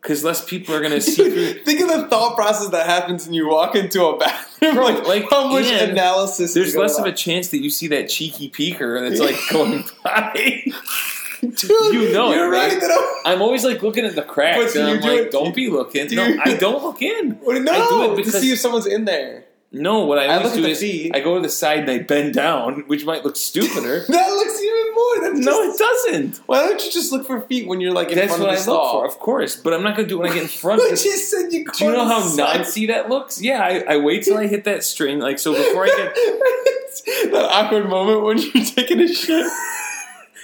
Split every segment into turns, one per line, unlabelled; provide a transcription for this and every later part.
because less people are going to see through.
Dude, think of the thought process that happens when you walk into a bathroom.
Bro,
like,
like,
how much
and
analysis?
There's
goes
less of
on.
a chance that you see that cheeky peeker that's like going by.
Dude,
you know it,
You're
right?
right. that I'm-
I'm always like looking at the cracks,
But
and I'm
you do
like,
it-
"Don't be looking."
Dude.
No, I don't look in.
Well, no,
I do it
to
because-
see if someone's in there.
No, what I
I
always
look at
do
the
is
feet.
I go to the side and I bend down, which might look stupider.
That looks even more. That's
no,
just-
it doesn't.
why don't you just look for feet when you're like in
That's
front
what I
of
look
the stall?
for, of course. But I'm not going to do it when I get in front.
I
of the
just said you.
Do you know how
nuts?
nancy that looks? Yeah, I, I wait till I hit that string. Like so, before I get
that awkward moment when you're taking a shit.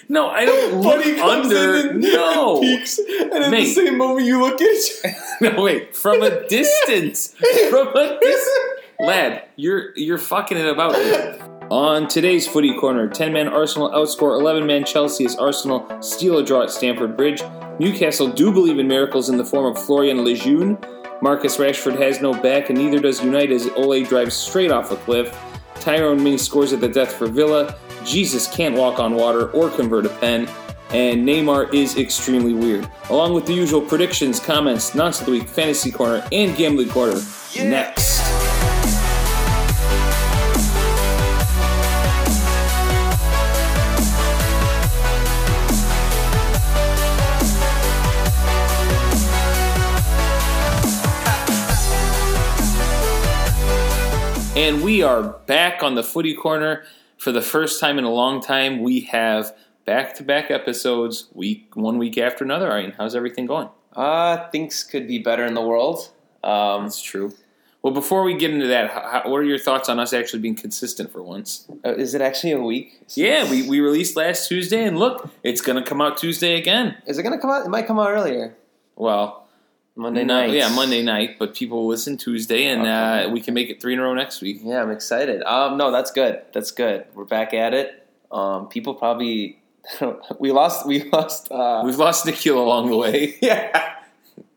no, I don't look
Buddy comes
under.
in and,
no,
and peeks, and at the
Mate.
same moment you look at each
no, wait. From a distance, from a distance. Lad, you're you're fucking it about here. On today's footy corner, 10 man Arsenal outscore 11 man Chelsea as Arsenal steal a draw at Stamford Bridge. Newcastle do believe in miracles in the form of Florian Lejeune. Marcus Rashford has no back, and neither does United as Ole drives straight off a cliff. Tyrone Mini scores at the death for Villa. Jesus can't walk on water or convert a pen. And Neymar is extremely weird. Along with the usual predictions, comments, nonsense of the week, fantasy corner, and gambling corner. Next. And we are back on the footy corner. For the first time in a long time, we have back to back episodes, week one week after another. Aryan, how's everything going?
Uh, things could be better in the world. Um,
That's true. Well, before we get into that, how, what are your thoughts on us actually being consistent for once?
uh, is it actually a week?
Yeah, we, we released last Tuesday, and look, it's going to come out Tuesday again.
Is it gonna come out? It might come out earlier.
Well,
Monday
no-
night. Uh-huh.
Yeah, Monday night, but people will listen Tuesday, and
Okay.
uh, we can make it three in a row next week.
Yeah, I'm excited. Um, no, that's good. That's good. We're back at it. Um, people probably we lost. We lost. Uh,
We've lost Nikhil along the way.
yeah.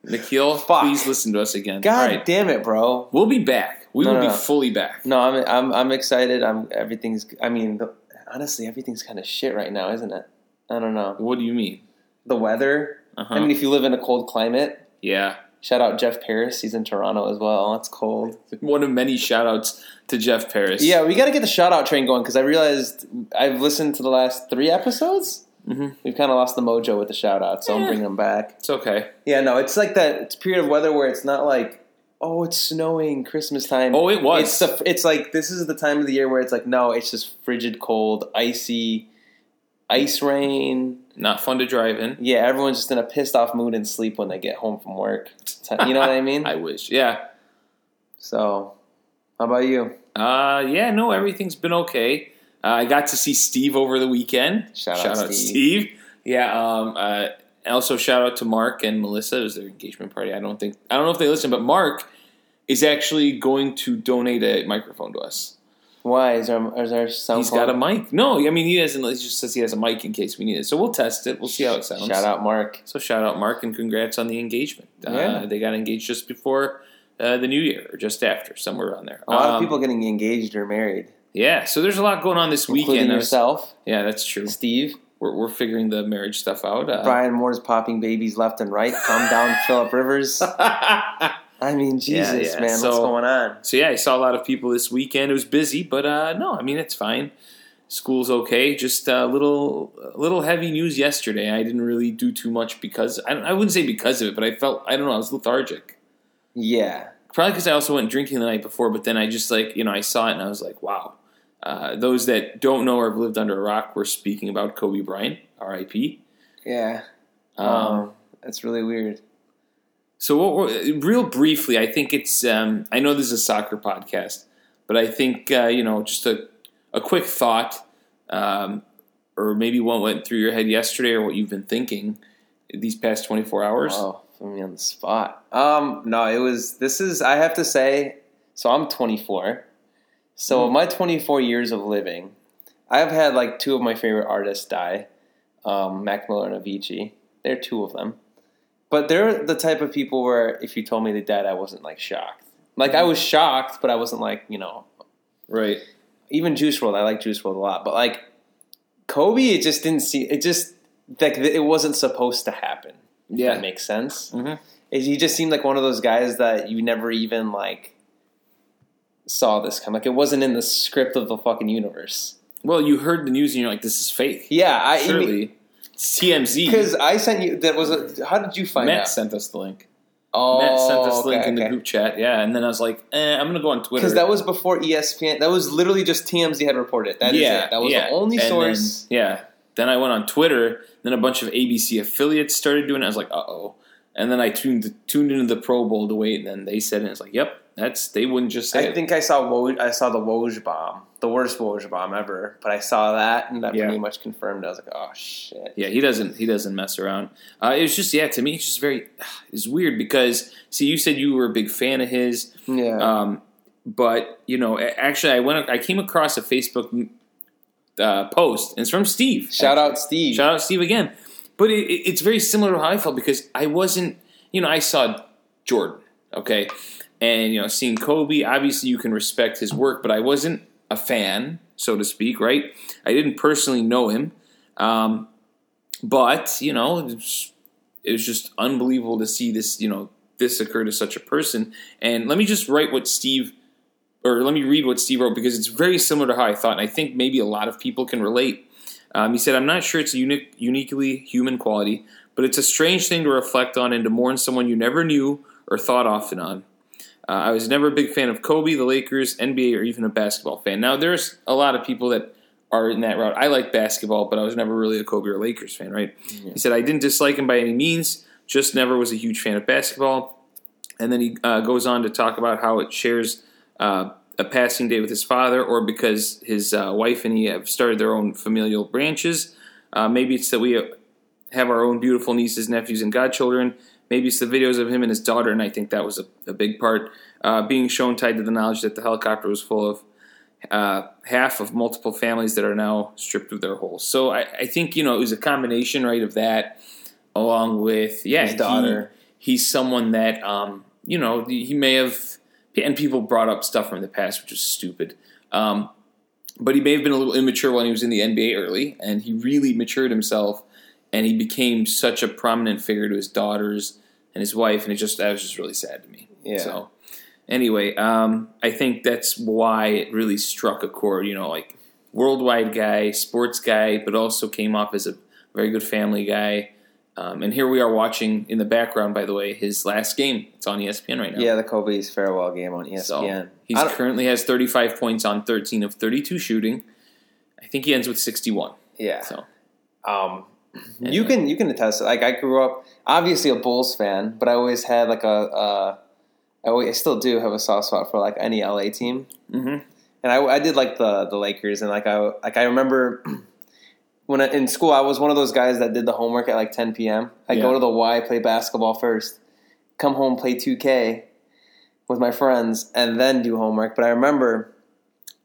Nikhil,
Fuck.
please listen to us again.
God
All right,
damn it, bro.
we'll be back. We
No,
will
no,
be
no.
fully back.
No, I'm I'm I'm excited. I'm everything's. I mean, the, honestly, everything's kind of shit right now, isn't it? I don't know.
What do you mean?
The weather.
Uh-huh.
I mean, if you live in a cold climate,
yeah.
shout out Jeff Paris. He's in Toronto as well. It's cold.
One of many shout outs to Jeff Paris.
Yeah, we got to get the shout out train going because I realized I've listened to the last three episodes.
Mhm.
We've kind of lost the mojo with the shout out, so I'm
Yeah.
bringing them back.
It's okay.
Yeah, no, it's like that it's period of weather where it's not like, oh, it's snowing Christmas time.
Oh, it was.
It's, the, it's like this is the time of the year where it's like, no, it's just frigid cold, icy, ice rain.
Not fun to drive in.
Yeah, everyone's just in a pissed off mood and sleep when they get home from work. You know what I mean?
I wish. Yeah.
So, how about you?
Uh, yeah, no, everything's been okay. Uh, I got to see Steve over the weekend.
Shout out Steve.
Steve. Yeah. Um, uh, and also, shout out to Mark and Melissa. It was their engagement party. I don't think, I don't know if they listen, but Mark is actually going to donate a microphone to us.
Why is there is there sound?
He's got a mic. No, I mean, he doesn't, he just says he has a mic in case we need it. So we'll test it. We'll see how it sounds.
Shout out, Mark.
So shout out Mark and congrats on the engagement.
Yeah.
Uh, they got engaged just before uh, the new year or just after, somewhere around there.
A lot of
Um,
people getting engaged or married,
Yeah, so there's a lot going on this
including
weekend. I was-
yourself,
yeah, that's true.
Steve.
We're, we're figuring the marriage stuff out. Uh,
Brian Moore's popping babies left and right. Calm down, Philip Rivers. I mean,
Yeah,
Jesus,
yeah.
man, what's
So-
going on?
so yeah, I saw a lot of people this weekend. It was busy, but uh, no, I mean it's fine. School's okay. Just a little, a little heavy news yesterday. I didn't really do too much because I, I wouldn't say because of it, but I felt I don't know. I was lethargic.
Yeah,
probably because I also went drinking the night before. But then I just like you know I saw it and I was like, wow. Uh, those that don't know or have lived under a rock, we're speaking about Kobe Bryant, R.I.P.
yeah.
Um,
um, that's really weird.
so, what we're, real briefly, I think it's um, I know this is a soccer podcast, but I think uh, you know just a a quick thought, um, or maybe what went through your head yesterday or what you've been thinking these past twenty four hours.
Wow, Oh, put me on the spot. Um, no, it was. This is. I have to say. So I'm 24. So my 24 years of living, I've had like two of my favorite artists die, um, Mac Miller and Avicii. They're two of them, but they're the type of people where if you told me they died, I wasn't like shocked. Like I was shocked, but I wasn't like you know
Right.
even Juice World. I like Juice World a lot, but like Kobe, it just didn't see. It just like it wasn't supposed to happen. If
Yeah.
that makes sense.
Mhm.
is he just seemed like one of those guys that you never even like saw this come. Like it wasn't in the script of the fucking universe.
Well, you heard the news and you're like, this is fake.
Yeah, I
Surely. It's TMZ.
because I sent you that was a, how did you find
Matt
out?
sent us the link.
Oh,
Matt sent us the
okay,
link in the
okay.
group chat. Yeah, and then I was like, eh, I'm gonna go on Twitter.
Because that was before E ESPN. That was literally just TMZ had reported. That is it. That was
yeah.
the only
And
source.
Then, yeah. Then I went on Twitter. Then a bunch of ABC affiliates started doing it. I was like, uh oh. And then I tuned tuned into the Pro Bowl to wait. And then they said it. It's like, yep, that's they wouldn't just say
I
it.
think I saw Woj, I saw the Woj bomb, the worst Woj bomb ever. But I saw that, and that
Yeah.
pretty much confirmed. I was like, oh shit.
Yeah, he doesn't. He doesn't mess around. Uh, it was just yeah. To me, it's just very. It's weird because see, you said you were a big fan of his.
Yeah.
Um, but you know, a- actually, I went. I came across a Facebook uh, post, and it's from Steve.
Shout
actually.
out Steve.
Shout out Steve again. But it, it- it's very similar to how I felt because I wasn't, you know, I saw Jordan, okay, and you know, seeing Kobe. Obviously, you can respect his work, but I wasn't a fan, so to speak. Right? I didn't personally know him, um, but you know, it was, it was just unbelievable to see this. You know, this occur to such a person. And let me just write what Steve. Or let me read what Steve wrote because it's very similar to how I thought, and I think maybe a lot of people can relate. Um, he said, I'm not sure it's a unique, uniquely human quality, but it's a strange thing to reflect on and to mourn someone you never knew or thought often on. Uh, I was never a big fan of Kobe, the Lakers, NBA, or even a basketball fan. Now, there's a lot of people that are in that route. I like basketball, but I was never really a Kobe or Lakers fan, right? He said, I didn't dislike him by any means, just never was a huge fan of basketball. And then he uh, goes on to talk about how it shares uh, a passing day with his father, or because his uh, wife and he have started their own familial branches. Uh, maybe it's that we have our own beautiful nieces, nephews, and godchildren. Maybe it's the videos of him and his daughter, and I think that was a, a big part. Uh, being shown tied to the knowledge that the helicopter was full of uh, half of multiple families that are now stripped of their holes. So I, I think, you know, it was a combination, right, of that along with, yeah,
His daughter.
he- he's someone that, um, you know, he may have, and people brought up stuff from the past, which is stupid. Um, but he may have been a little immature when he was in the NBA early, and he really matured himself, and he became such a prominent figure to his daughters and his wife, and it just that was just really sad to me.
Yeah.
So anyway, um, I think that's why it really struck a chord. You know, like worldwide guy, sports guy, but also came off as a very good family guy. Um, and here we are watching in the background, by the way, his last game. It's on E ESPN right now.
Yeah, the Kobe's farewell game on E ESPN.
So
I
he
don't-
currently has 35 points on 13 of 32 shooting. I think he ends with 61.
yeah.
So uh,
Um,
Anyway.
you can you can attest. Like I grew up obviously a Bulls fan, but I always had like a uh, I always- I still do have a soft spot for like any LA team.
Mhm.
And I, I did like the the Lakers, and like I like I remember when I, in school I was one of those guys that did the homework at like 10 p.m. I
Yeah.
go to the Y, play basketball first, come home play 2K with my friends, and then do homework. But I remember.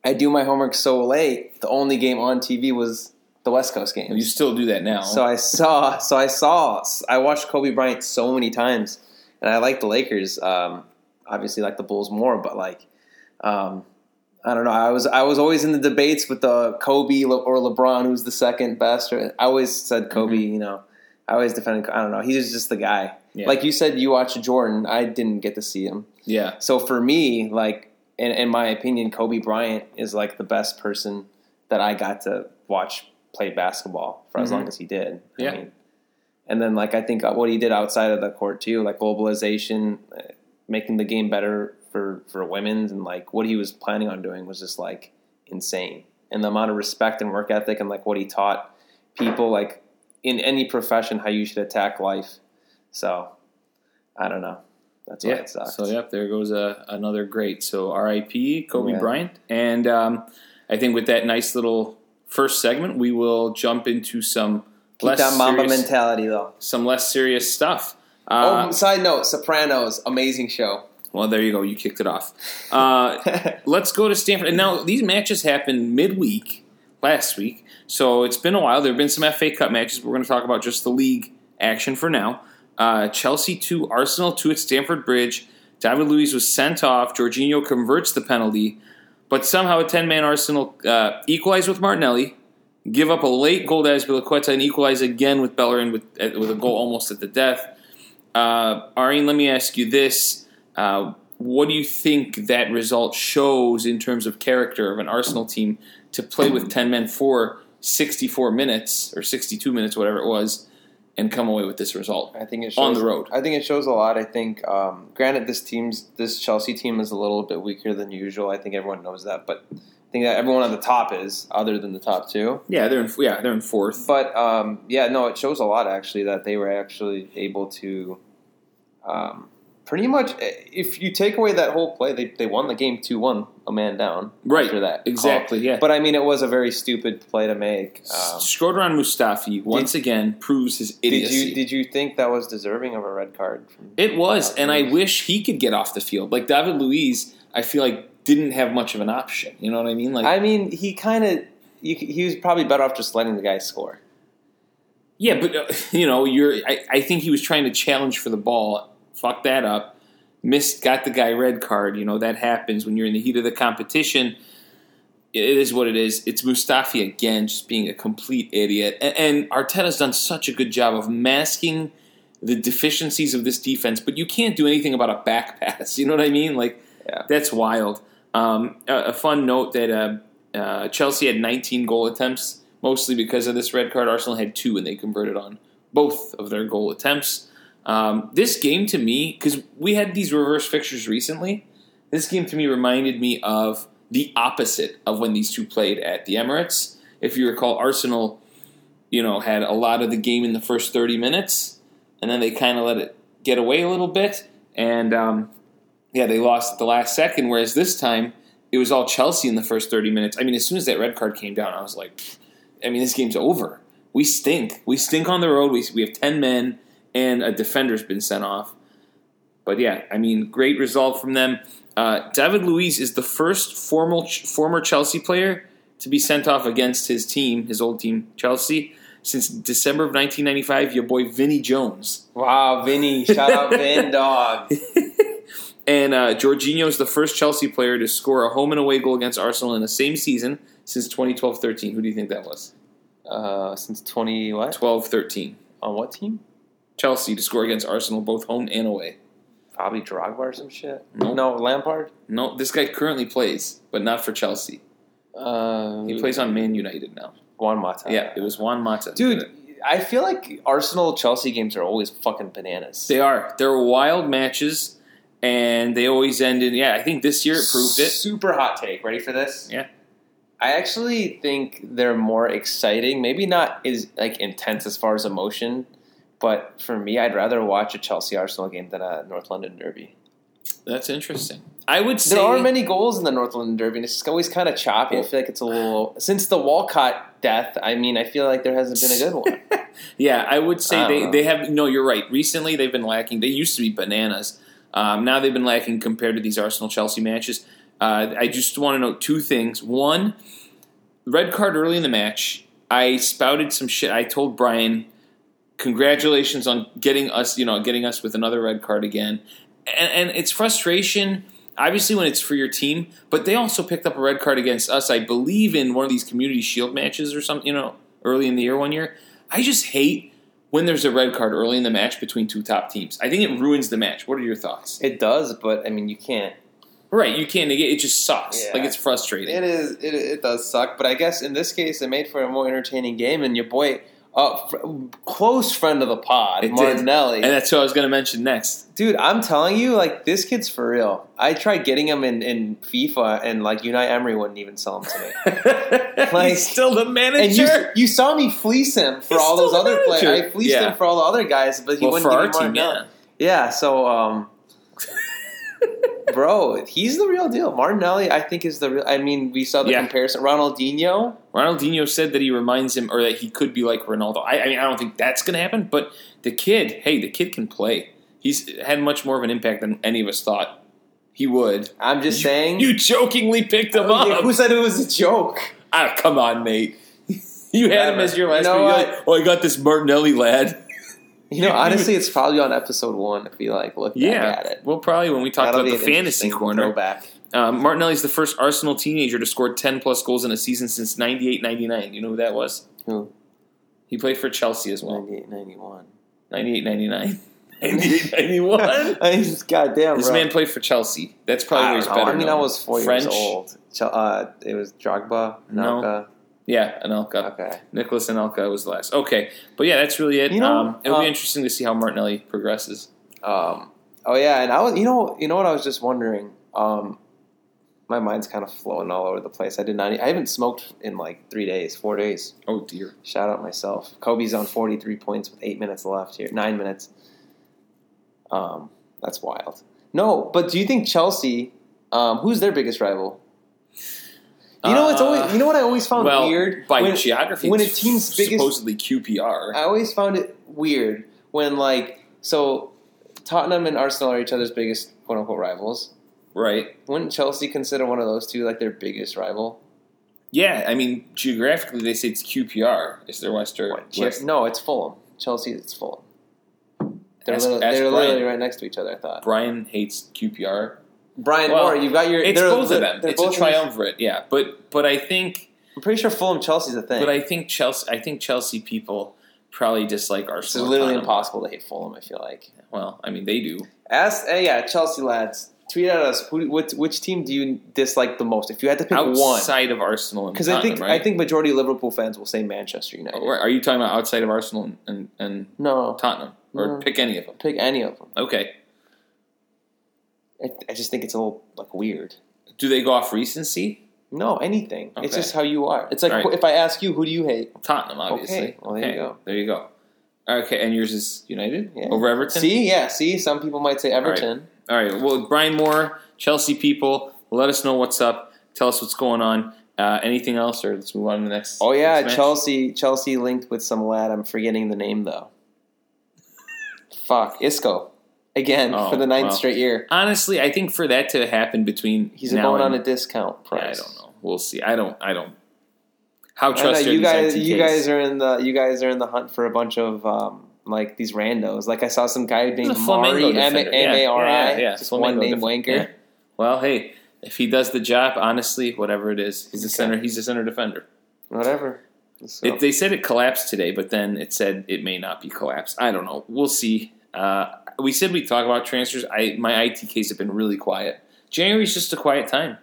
I do my homework so late. The only game on TV was the West Coast game.
you still do that now.
So I saw. So I saw. I watched Kobe Bryant so many times, and I like the Lakers. Um, obviously, like the Bulls more, but like, um, I don't know. I was I was always in the debates with the Kobe Le- or LeBron, who's the second best. Or, I always said Kobe. You know, I always defended. I don't know. He was just the guy.
Yeah.
Like you said, you watched Jordan. I didn't get to see him.
yeah,
So for me, like in, in my opinion, Kobe Bryant is like the best person that I got to watch play basketball for as
Mhm.
long as he did.
Yeah.
I mean, and then like I think uh, what he did outside of the court too, like globalization, uh, making the game better for for women's, and like what he was planning on doing was just like insane. And the amount of respect and work ethic, and like what he taught people, like in any profession, how you should attack life. So I don't know. That's why
yeah.
it sucks.
So yep, there goes uh, another great. So R.I.P. Kobe
Yeah.
Bryant. And um, I think with that nice little first segment, we will jump into some
Keep
less
that Mamba
serious,
mentality though.
some less serious stuff.
Oh,
Uh,
side note: Sopranos, amazing show.
Well, there you go. You kicked it off. Uh, Let's go to Stanford. And now these matches happened midweek last week, so it's been a while. There have been some FA Cup matches. But we're going to talk about just the league action for now. Uh, Chelsea two, Arsenal two at Stamford Bridge. David Luiz was sent off. Jorginho converts the penalty, but somehow a ten man Arsenal uh, equalized with Martinelli. Give up a late goal to Azpilicueta and equalize again with Bellerin with, uh, with a goal almost at the death. Uh, Arine, let me ask you this. Uh, what do you think that result shows in terms of character of an Arsenal team to play with 10 men for 64 minutes or 62 minutes, whatever it was, and come away with this result?
I think it shows,
On the road.
I think it shows a lot. I think, um, granted, this team's this Chelsea team is a little bit weaker than usual. I think everyone knows that, but I think that everyone on the top is, other than the top two.
Yeah, they're in, yeah, they're in fourth.
But um, yeah, no, it shows a lot actually that they were actually able to, um, pretty much. eh, If you take away that whole play, they they won the game two one, a man down.
Right,
after that, call.
exactly, yeah.
But I mean, it was a very stupid play to make. Um,
Schroeder on Mustafi once again proves his
did
idiocy.
you did you think that was deserving of a red card? From
It was, and I
Luiz?
wish he could get off the field. Like David Luiz, I feel like didn't have much of an option. You know what I mean? Like,
I mean, he kind of he was probably better off just letting the guy score.
yeah, but uh, you know, you're. I, I think he was trying to challenge for the ball. Fucked that up. Missed. Got the guy red card. You know that happens when you're in the heat of the competition. It is what it is. It's Mustafi again, just being a complete idiot. And, and Arteta's done such a good job of masking the deficiencies of this defense. But you can't do anything about a back pass. You know what I mean? Like
Yeah.
that's wild. Um, a, a fun note that uh, uh, Chelsea had 19 goal attempts, mostly because of this red card. Arsenal had two, and they converted on both of their goal attempts. Um, this game to me, because we had these reverse fixtures recently, this game to me reminded me of the opposite of when these two played at the Emirates. If you recall, Arsenal, you know, had a lot of the game in the first 30 minutes, and then they kind of let it get away a little bit. And um, yeah, they lost at the last second. Whereas this time, it was all Chelsea in the first 30 minutes. I mean, as soon as that red card came down, I was like, pfft, I mean, this game's over. We stink. We stink on the road. We, we have 10 men, and a defender's been sent off. But yeah, I mean, great result from them. Uh, David Luiz is the first formal former Chelsea player to be sent off against his team, his old team, Chelsea, since December of 1995. Your boy Vinny Jones.
Wow, Vinny! Shout out Vin, dog.
And uh, Jorginho is the first Chelsea player to score a home and away goal against Arsenal in the same season since 2012 13. Who do you think that was?
Uh, since twenty what
12 13.
on what team?
Chelsea to score against Arsenal both home and away.
Probably Drogba or some shit.
Nope.
No, Lampard.
No, this guy currently plays, but not for Chelsea.
Uh,
He plays on Man United now.
Juan Mata.
Yeah, it was Juan Mata.
dude. I feel like Arsenal Chelsea games are always fucking bananas.
They are. They're wild matches, and they always end in, yeah, I think this year it proved it.
Super hot take. Ready for this?
Yeah.
I actually think they're more exciting. Maybe not as like intense as far as emotion, but for me, I'd rather watch a Chelsea Arsenal game than a North London Derby.
That's interesting. I would say.
There are many goals in the North London Derby, and it's always kind of choppy. I feel like it's a little since the Walcott death. I mean, I feel like there hasn't been a good one.
Yeah, I would say
I don't
they,
know.
they have. No, you're right. Recently, they've been lacking. They used to be bananas. Um, now they've been lacking compared to these Arsenal Chelsea matches. Uh, I just want to note two things. One, red card early in the match. I spouted some shit. I told Brian, "Congratulations on getting us, you know, getting us with another red card again." And, and it's frustration, obviously, when it's for your team. But they also picked up a red card against us, I believe, in one of these community shield matches or something. You know, early in the year one year. I just hate when there's a red card early in the match between two top teams. I think it ruins the match. What are your thoughts?
It does, but I mean, you can't.
Right, you can't negate. It just sucks.
Yeah.
Like it's frustrating.
It is. It, it does suck, but I guess in this case, it made for a more entertaining game. And your boy, uh, fr- close friend of the pod,
It did.
Martinelli.
and that's what I was going to mention next.
Dude, I'm telling you, like this kid's for real. I tried getting him in, in FIFA, and like Unai Emery wouldn't even sell him to me. Like-
He's still the
and
manager.
you, you saw me fleece him for
He's
all those
still the
other players.
manager.
I fleeced
Yeah.
him for all the other guys, but he
well, for
wouldn't
our
give me
team,
Martinelli.
yeah.
Yeah. so, um, bro, he's the real deal. Martinelli, I think, is the real. I mean, we saw the
Yeah.
comparison. Ronaldinho,
Ronaldinho said that he reminds him, or that he could be like Ronaldo. I, I mean, I don't think that's going to happen. But the kid, hey, the kid can play. He's had much more of an impact than any of us thought he would.
I'm just saying.
You jokingly picked him
Yeah,
up.
who said it was a joke?
Ah, come on, mate. You had him
Whatever.
as your last.
You know
pick. You're
what?
like, oh, I got this Martinelli lad.
You know, honestly, it's probably on episode one if we like look back
Yeah,
at it.
well, probably when we talk
That'll
about the
be an
fantasy
interesting
corner.
throwback.
Um, Martinelli's the first Arsenal teenager to score 10 plus goals in a season since 98 99. You know who that was?
Who?
He played for Chelsea as well.
98, 91.
98 99. 98, 91.
I mean, goddamn,
This
bro.
man played for Chelsea. That's probably
I,
where
don't
he's
know.
better.
I mean, I
known.
was four years old. Ch- Uh, it was Drogba,
No.
Naka.
Yeah, Anelka.
Okay.
Nicholas Anelka was the last. Okay, but yeah, that's really it.
You know,
um, it'll
uh,
be interesting to see how Martinelli progresses.
Um, oh yeah, and I was, you know, you know what I was just wondering. Um, my mind's kind of flowing all over the place. I did not. e, I haven't smoked in like three days, four days.
Oh dear.
Shout out myself. Kobe's on forty three points with eight minutes left here. Nine minutes. Um, that's wild. No, but do you think Chelsea? Um, who's their biggest rival? You know, it's always.
Uh,
You know what I always found
well,
weird
by
When-
geography.
when
it's
a team's
f-
biggest-
supposedly QPR.
I always found it weird when like so Tottenham and Arsenal are each other's biggest quote unquote rivals.
right.
Wouldn't Chelsea consider one of those two like their biggest rival?
Yeah, I mean geographically they say it's QPR. Is their Western?
What, Che- No, it's Fulham. Chelsea it's Fulham. They're,
Ask-
literally,
ask
they're
Brian.
literally right next to each other. I thought
Brian hates QPR.
Brian
Well,
Moore, you've got your.
It's
they're-
both of
they're-
them.
they're
It's
both
a
in-
triumvirate. Yeah, but but I think
I'm pretty sure Fulham Chelsea's a thing.
But I think Chelsea. I think Chelsea people probably dislike
it's
Arsenal.
literally
Tottenham.
impossible to hate Fulham. I feel like.
Well, I mean they do.
Ask uh, yeah, Chelsea lads, tweet at us. Who, which, which team do you dislike the most? If you had to pick one,
Outside of Arsenal and
Because I think
Tottenham, right? Oh.
I think majority of Liverpool fans will say Manchester United.
Or Are you talking about outside of Arsenal and, and, and
No,
Tottenham, or
No.
pick any of them?
pick any of them.
Okay.
I, I just think it's a little like weird.
Do they go off recency?
No, anything. It's
Okay.
just how you are. It's like
All right.
if I ask you, who do you hate?
Tottenham, obviously.
Okay. Well, there you
Okay.
go.
There you go. Okay, and yours is United
Yeah.
over Everton.
See, yeah, see, some people might say
right.
Everton.
All right. Well, Brian Moore, Chelsea people, let us know what's up. Tell us what's going on. Uh, anything else, or let's move on to the next.
Oh yeah,
next match?
Chelsea. Chelsea linked with some lad. I'm forgetting the name though. Fuck Isco again
Oh,
for the ninth
wow.
straight year.
Honestly, I think for that to happen between
He's
now
going
and
on a discount
Yeah, I
price.
don't know. We'll see. I don't. I don't. How
I know,
trusted is
you guys,
NTKs?
you guys are in the you guys are in the hunt for a bunch of um, like these randos. Like I saw some guy
He's
named
a Flamengo
Mari M
defender. Yeah,
A R
yeah, yeah,
I,
yeah.
just
Flamengo
one name
defender.
wanker.
Yeah. Well, hey, if he does the job, honestly, whatever it is, he's a
Okay.
center. He's a center defender.
Whatever. So,
It, they said it collapsed today, but then it said it may not be collapsed. I don't know. We'll see. Uh, we said we'd talk about transfers. I my ITKs have been really quiet. January's just a quiet time,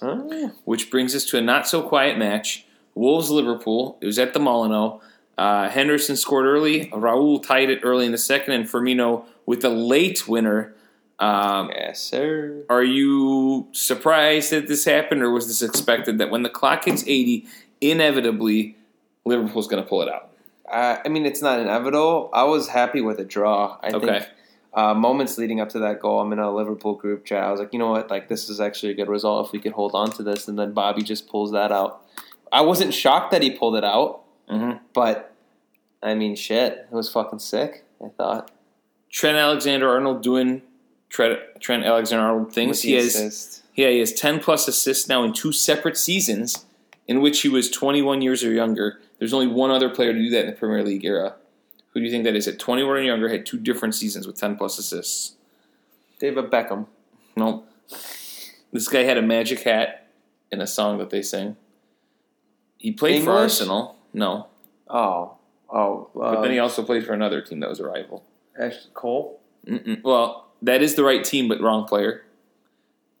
Huh?
which brings us to a not so quiet match. Wolves Liverpool. It was at the Molineux. Uh, Henderson scored early. Raul tied it early in the second, and Firmino with a late winner. Um,
yes, sir.
are you surprised that this happened, or was this expected that when the clock hits 80, inevitably Liverpool's going to pull it out?
I, I mean, it's not inevitable. I was happy with a draw. I
Okay.
think uh, moments leading up to that goal, I'm in a Liverpool group chat. I was like, you know what? Like, this is actually a good result if we could hold on to this. And then Bobby just pulls that out. I wasn't shocked that he pulled it out.
Mhm.
But I mean, shit, it was fucking sick. I thought
Trent Alexander Arnold doing Trent, Trent Alexander Arnold things.
With the
He has,
assist.
yeah, he has 10 plus assists now in two separate seasons in which he was 21 years or younger. There's only one other player to do that in the Premier League era. Who do you think that is? At 21 and younger, had two different seasons with 10 plus assists.
David Beckham.
Nope. This guy had a magic hat in a song that they sing. He played for
English?
Arsenal. No.
Oh, oh,
But
uh,
then he also played for another team that was a rival.
Ash- Cole.
Mm-mm. Well, that is the right team, but wrong player.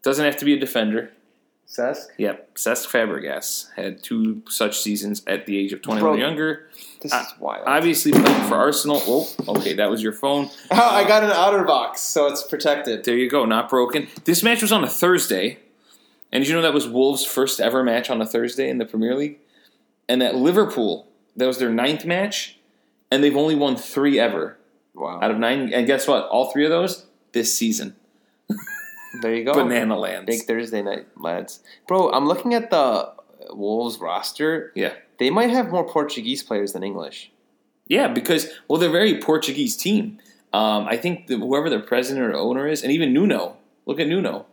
Doesn't have to be a defender.
Sesk.
Yep. Cesc Fabregas had two such seasons at the age of 21 or
Bro.
younger.
This
I-
is wild. I,
Obviously playing for Arsenal. Whoa. Okay, that was your phone.
I got an outer box, so it's protected.
There you go. Not broken. This match was on a Thursday, and did you know that was Wolves' first ever match on a Thursday in the Premier League, and that Liverpool that was their ninth match, and they've only won three ever
Wow.
out of nine. And guess what? All three of those this season.
there you go.
Banana lands.
Oh. Big Thursday night, lads. Bro, I'm looking at the Wolves roster.
Yeah,
They might have more Portuguese players than English.
yeah. Because well, they're a very Portuguese team. Um, I think that whoever their president or owner is, and even Nuno. Look at Nuno.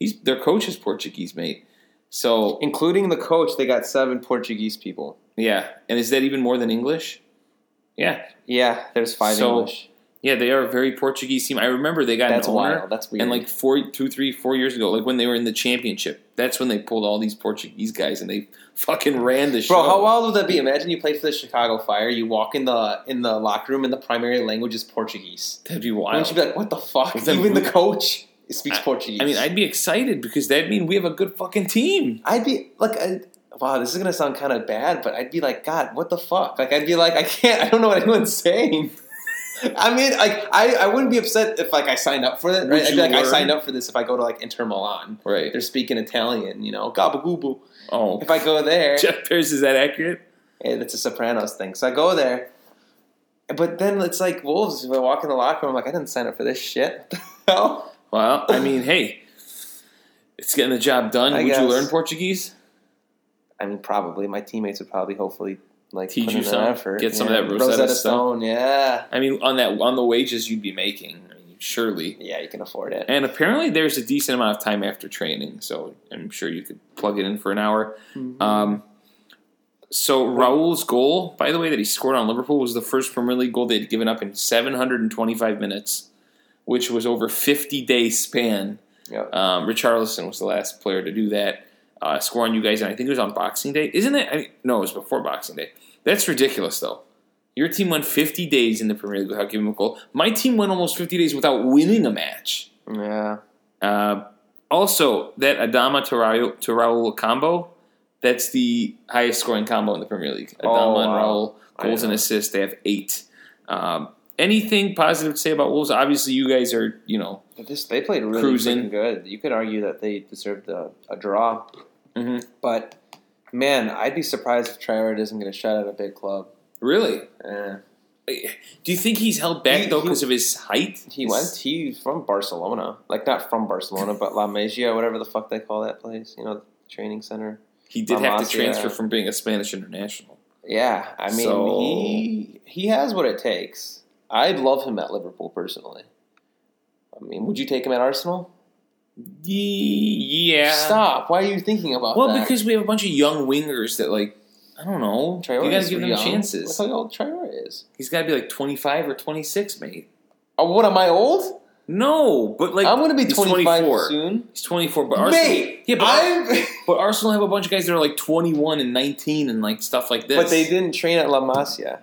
He's their coach is Portuguese, mate. So
Including the coach, they got seven Portuguese people.
yeah, and is that even more than English? Yeah,
Yeah, there's five
So-
English.
Yeah, they are a very Portuguese team. I remember they got
That's
an owner,
wild. That's weird.
and like four, two, three, four years ago, like when they were in the championship, that's when they pulled all these Portuguese guys and they fucking ran the show.
Bro, how wild would that be? Imagine you play for the Chicago Fire, you walk in the in the locker room, and the primary language is Portuguese.
That'd be
Wouldn't you
wild.
be like, what the fuck?
Is that
Even the
weird?
coach speaks Portuguese.
I mean, I'd be excited because that'd mean we have a good fucking team.
I'd be like, I, wow, this is gonna sound kind of bad, but I'd be like, God, what the fuck? Like, I'd be like, I can't, I don't know what anyone's saying. I mean, like, I, I wouldn't be upset if like I signed up for it.
Would
Right? I'd be
you
like, I
learn?
signed up for this if I go to like Inter Milan.
Right.
They're speaking Italian, you know, gabagooboo.
Oh,
If I go there,
Jeff Pierce is that accurate?
and it's a Sopranos thing. So I go there, but then it's like Wolves. If I walk in the locker room, I'm like, I didn't sign up for this shit. What the hell?
Well, I mean, hey, it's getting the job done.
I
Would you
guess.
learn Portuguese?
I mean, probably my teammates would probably hopefully like
Teach
put
you
in an
some-
effort.
get some of
Yeah.
that Rosetta Stone.
Stone. Yeah,
I mean, on that on the wages you'd be making, I mean, surely.
yeah, you can afford it.
And apparently, there's a decent amount of time after training, so I'm sure you could plug it in for an hour.
Mm-hmm.
Um, so Raul's goal, by the way, that he scored on Liverpool was the first Premier League goal they'd given up in 725 minutes, which was over 50 day span.
Yeah.
Um, Richarlison was the last player to do that. Uh, score on you guys, and I think it was on Boxing Day. Isn't that? I mean, no, it was before Boxing Day. That's ridiculous, though. Your team won 50 days in the Premier League without giving up a goal. My team went almost 50 days without winning a match.
yeah,
Uh, also, that Adama to Raul, to Raul combo, that's the highest scoring combo in the Premier League. Adama
Oh,
and
wow.
Raul,
I
goals and
know.
assists, they have eight. Um, anything positive to say about Wolves? Obviously, you guys are, you know,
But this, they played really
Cruising.
freaking good. You could argue that they deserved a, a draw,
Mhm.
but man, I'd be surprised if Traoré isn't going to shut out a big club.
really.
Eh.
Do you think he's held back,
He-
though,
he-
because of his height?
He went. He's from Barcelona, like not from Barcelona, but La Masia, whatever the fuck they call that place. You know, training center.
He did have to
Lamas,
transfer
yeah.
from being a Spanish international.
Yeah, I mean,
So-
he he has what it takes. I'd love him at Liverpool personally. I mean, would you take him at Arsenal?
Ye- Yeah.
Stop. Why are you thinking about
Well,
that?
because we have a bunch of young wingers that, like, I don't know.
Traore
you got
is
to give them
young.
chances.
Look how old Traore is.
He's got to be like 25 or 26, mate.
Oh, what am I old?
No, but like
I'm going to be
he's
25
24.
soon.
He's 24, but Arsenal,
Mate,
yeah, but,
I'm.
but Arsenal have a bunch of guys that are like 21 and 19 and like stuff like this.
but they didn't train at La Masia.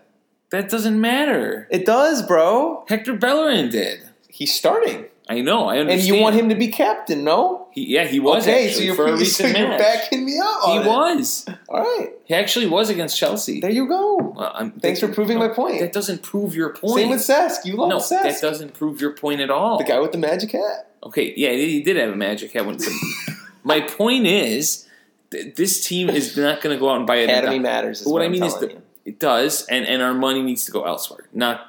that doesn't matter.
It does, bro.
Hector Bellerin did.
He's starting,
I know. I understand.
and you want him to be captain, no?
He, yeah, he was
okay,
actually
so you're,
for a
so
recent
you're
match.
backing me up.
he
on it.
was.
All right,
He actually was against Chelsea.
there you go.
Well, I'm-
Thanks for proving my point.
That doesn't prove your point.
Same with Sask. You love
no,
Sask.
that doesn't prove your point at all.
The guy with the magic hat.
Okay, yeah, he did have a magic hat. When, my point is, th- this team is not going to go out and buy a
Academy matters. Is
But
what,
what I
I'm
mean is
telling
the- It does, and, and our money needs to go elsewhere, not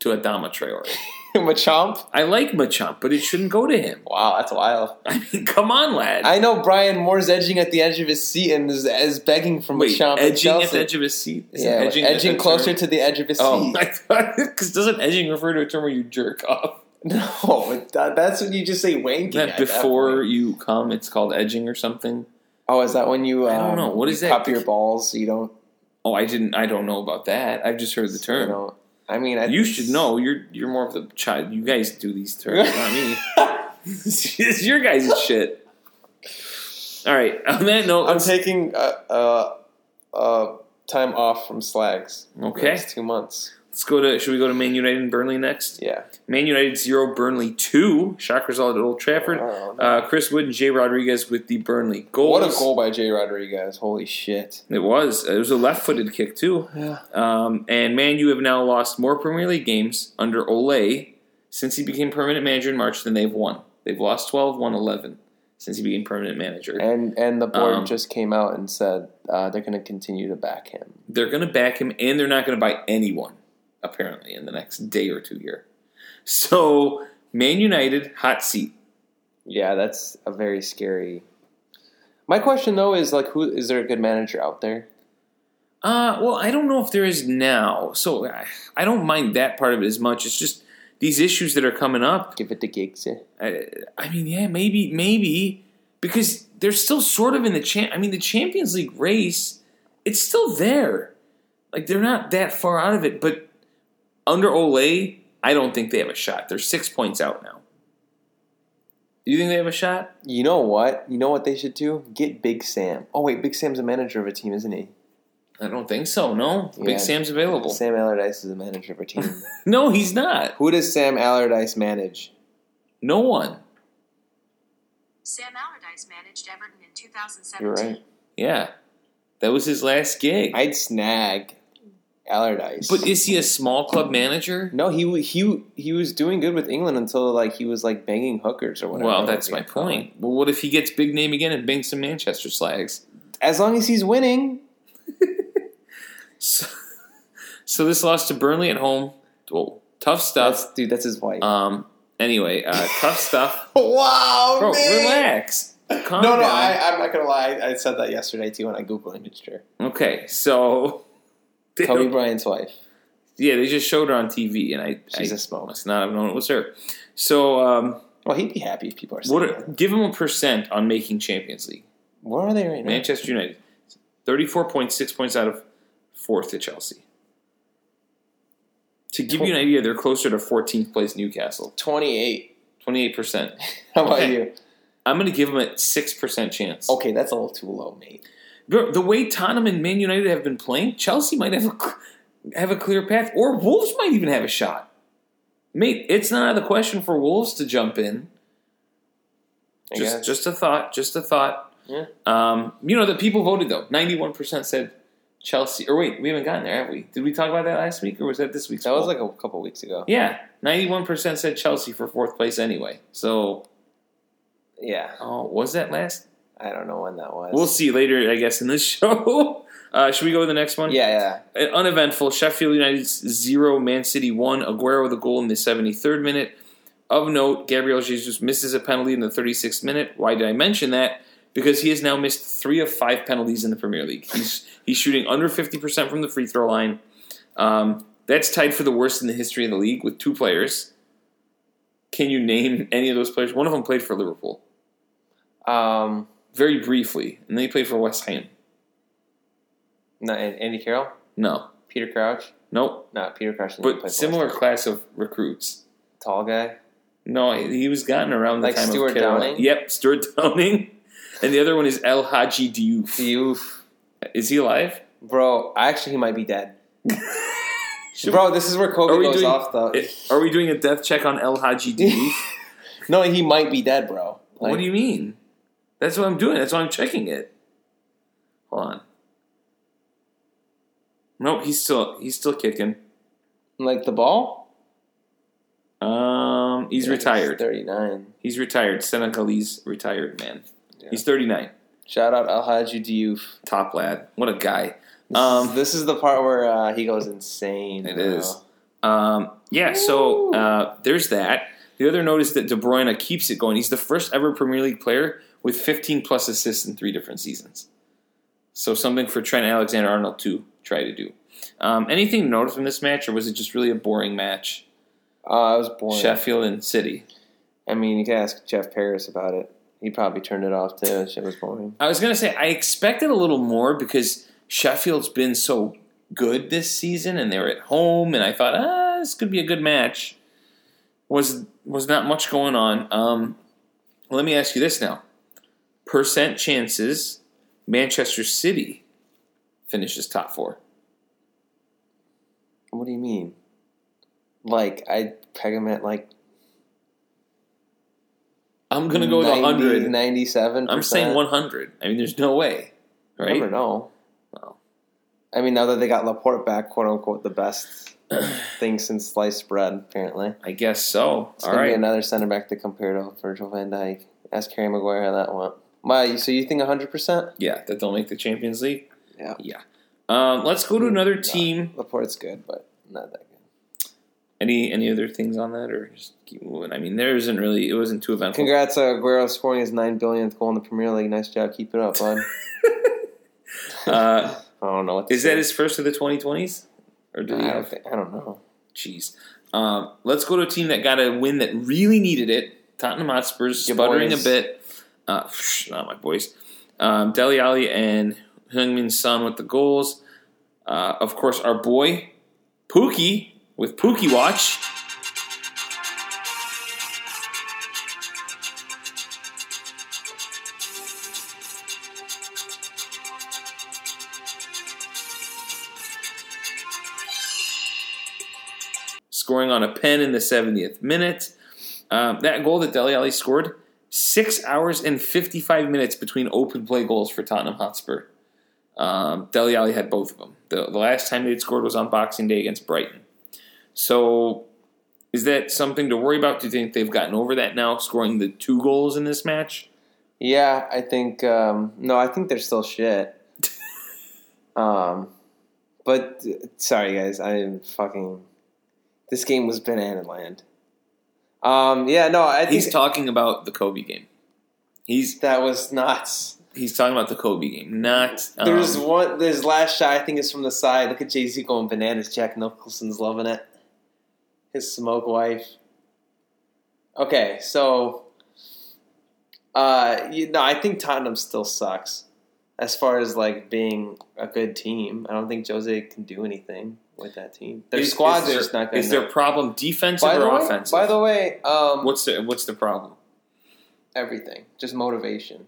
to Adama Traore.
you. Machamp.
I like Machamp, but it shouldn't go to him.
Wow, that's wild.
I mean, come on, lad.
I know Brian Moore's edging at the edge of his seat and is, is begging for
Wait,
Machamp. and
edging at
Chelsea.
the edge of his seat? Isn't
yeah,
edging,
edging,
a
closer
term?
to the edge of his
Oh,
seat.
because doesn't edging refer to a term where you jerk off?
No, it- that, that's when you just say wanking.
That
at
before
That point.
you come, it's called edging or something.
oh, is that when you? Um,
I don't know. What is
you
that?
Pop your balls. So you don't.
Oh, I didn't. I don't know about that. I've just heard the
You
term.
don't. I mean, I,
You should know. You're you're more of the child. You guys do these terms, not me. it's your guys' shit. All right. On that note,
I'm
let's-
taking uh, uh, uh, time off from slags. for the
Okay.
next two months.
let's go to. Should we go to Man United and Burnley next?
Yeah.
Man United zero, Burnley two. Shock result at Old Trafford.
Wow.
Uh, Chris Wood and Jay Rodriguez with the Burnley goals.
What a goal by Jay Rodriguez! Holy shit.
It was. It was a left-footed kick too.
Yeah.
Um, and Man U have now lost more Premier League games under Ole since he became permanent manager in March than they've won. They've lost 12, won 11 since he became permanent manager.
And and the board
Um,
just came out and said uh, they're going to continue to back him.
they're going to back him and they're not going to buy anyone apparently in the next day or two here so man united hot seat
Yeah, that's a very scary. My question though is like, who is there a good manager out there?
uh, well i don't know if there is now so I- i don't mind that part of it as much it's just these issues that are coming up
Give it to Giggs.
i, I mean yeah maybe maybe because they're still sort of in the champ i mean the champions league race it's still there like they're not that far out of it but under ole I don't think they have a shot. They're six points out now. Do you think they have a shot?
You know what? You know what they should do? Get Big Sam. Oh wait, Big Sam's a manager of a team, isn't he?
I don't think so. No,
Yeah.
Big Sam's available.
Sam Allardyce is a manager of a team.
No, he's not.
Who does Sam Allardyce manage?
No one.
Sam Allardyce managed Everton in 2017.
You're right.
Yeah, that was his last gig.
I'd snag Allardyce.
but is he a small club manager?
no, he wa- he he was doing good with England until like he was like banging hookers or whatever.
Well, that's my point. Well, what if he gets big name again and bangs some Manchester slags?
As long as he's winning,
So, so this loss to Burnley at home, well, tough stuff.
that's dude, that's his wife.
Um. Anyway, uh, tough stuff.
wow,
Bro,
man.
relax. Calm
No,
down.
no, I, I'm not gonna lie. I said that yesterday too when I googled imaged her.
okay, so they
Kobe
don't-
Bryant's wife.
yeah, they just showed her on TV, and I
She's
I
a smoke.
must not have known it was her. So, um,
Well, he'd be happy if people are saying
what?
that.
Are, give them a percent on making Champions League.
Where are they right now?
Manchester United, thirty-four point six points out of fourth to Chelsea. To give you an idea, they're closer to fourteenth place Newcastle,
28.
twenty-eight percent.
How about
Okay.
you?
I'm going to give them a six percent chance.
Okay, that's a little too low, mate.
Bro, the way Tottenham and Man United have been playing, Chelsea might have a, cl- have a clear path, or Wolves might even have a shot. Mate, it's not out of the question for Wolves to jump in.
I
Just,
guess.
just a thought. Just a thought.
Yeah.
Um, you know, the people voted though. Ninety-one percent said Chelsea. Or wait, we haven't gotten there, have we? Did we talk about that last week, or was that this week's?
that was
poll?
like a couple weeks ago.
yeah, ninety-one percent said Chelsea for fourth place anyway. So,
Yeah,
oh, was that last?
I don't know when that was.
We'll see later, I guess, in this show. Uh, should we go to the next one?
Yeah, yeah.
Uh, uneventful. Sheffield United zero, Man City one. Aguero with a goal in the 73rd minute. Of note, Gabriel Jesus misses a penalty in the 36th minute. Why did I mention that? Because he has now missed three of five penalties in the Premier League. He's he's shooting under 50% from the free throw line. Um, that's tied for the worst in the history of the league with two players. Can you name any of those players? One of them played for Liverpool
Um,
very briefly, and they played for West Ham.
not An- Andy Carroll,
No,
Peter Crouch.
nope.
Not Peter Crouch. didn't play for
But
us.
similar class of recruits.
tall guy.
No, he was gotten around the
Like
time
Stuart
of Carolina.
Downing?
Yep, Stuart Downing. And the other one is El Haji Diouf.
Oof,
Is he alive?
bro. Actually, he might be dead. bro, this is where Kobe goes
doing,
off though.
eh, Are we doing a death check on El Haji Diouf?
no, he might be dead, bro. Like,
what do you mean? That's what I'm doing. That's why I'm checking it. Hold on. Nope, he's still he's still kicking.
like the ball?
Um, he's retired.
Thirty nine.
He's retired. Senegalese retired man.
Yeah.
He's 39.
Shout out Al Haji Diouf.
Top lad. What a guy.
This,
Um,
is, this is the part where uh, he goes insane.
It
bro.
is. Um, yeah, so uh, there's that. The other note is that De Bruyne keeps it going. He's the first ever Premier League player with 15 plus assists in three different seasons. So something for Trent Alexander Arnold to try to do. Um, anything to note from this match, or was it just really a boring match?
Oh, I was boring.
Sheffield and City.
I mean, you can ask Jeff Paris about it. He probably turned it off too. Shit was boring.
I was gonna say I expected a little more because Sheffield's been so good this season, and they were at home, and I thought, ah, this could be a good match. Was was not much going on. Um, let me ask you this now: percent chances Manchester City finishes top four.
What do you mean? Like I peg him at like
I'm gonna go with
90,
hundred.
97
I'm saying 100. I mean, there's no way,
I never
right?
know.
Well.
I mean, now that they got Laporte back, quote unquote, the best thing since sliced bread. Apparently,
I guess so.
it's
All
gonna be
right.
another center back to compare to Virgil Van Dyke. Ask Harry Maguire how that went. My, so you think hundred percent?
Yeah, that they'll make the Champions League.
Yeah.
Yeah. Um, let's go to another team.
Laporte's good, but not that good.
Any any other things on that, or just keep moving? I mean, there isn't really. It wasn't too eventful.
Congrats, uh, Aguero scoring his nine billionth goal in the Premier League. Nice job, keep it up, bud.
Uh,
I don't know what to
is
say.
that his first of the 2020s, or do we
I don't,
have?
think, I don't know.
Jeez. Um, let's go to a team that got a win that really needed it. Tottenham Hotspurs
Your
sputtering
boys.
a bit. Uh, psh, not my boys. Um, Deli Ali and Heung-Min Son with the goals. Uh, of course, our boy Pookie with Pookie Watch. scoring on a pen in the 70th minute. Um, that goal that Deli Ali scored, six hours and 55 minutes between open play goals for Tottenham Hotspur. Um, Deli Ali had both of them. The, the last time they'd scored was on Boxing Day against Brighton. So, is that something to worry about? Do you think they've gotten over that now, scoring the two goals in this match?
Yeah, I think um, no, I think they're still shit. um, but sorry guys, I am fucking. This game was banana land. Um, yeah, no, I think
He's talking about the Kobe game. He's
that was nuts.
he's talking about the Kobe game, not um,
There's one. There's last shot. I think is from the side. Look at Jay Z going bananas. Jack Nicholson's loving it. His smoke wife. Okay, so. Uh, you know, I think Tottenham still sucks, as far as like being a good team. I don't think Jose can do anything with that team. Their
is- is
squad's
their-
just not good.
Is their
enough.
problem defensive
by the
or
way,
offensive?
By the way, um,
what's the what's the problem?
everything just motivation.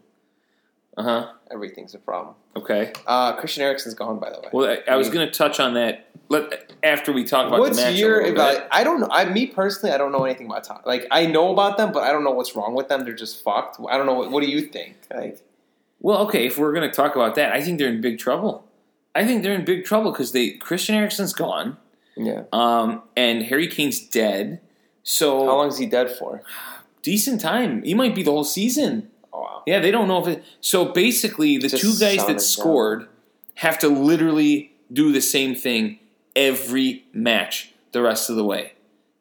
Uh huh.
Everything's a problem.
Okay.
Uh, Christian Eriksen's gone, by the way.
Well, I, I was going to touch on that. Let after we talk about
What's
the match. a
your
little bit.
evalu- I don't know. I me personally, I don't know anything about Tottenham. Like I know about them, but I don't know what's wrong with them. They're just fucked. I don't know. What, what do you think? Like
Well, okay, if we're going to talk about that, I think they're in big trouble. I think they're in big trouble because they Christian Eriksen's gone,
yeah.
um, and Harry Kane's dead. So
How long is he dead for?
decent time. He might be the whole season.
Oh wow.
Yeah, they don't know if it. So basically, the
Just
two guys
sounded
that
dumb.
scored have to literally do the same thing every match the rest of the way.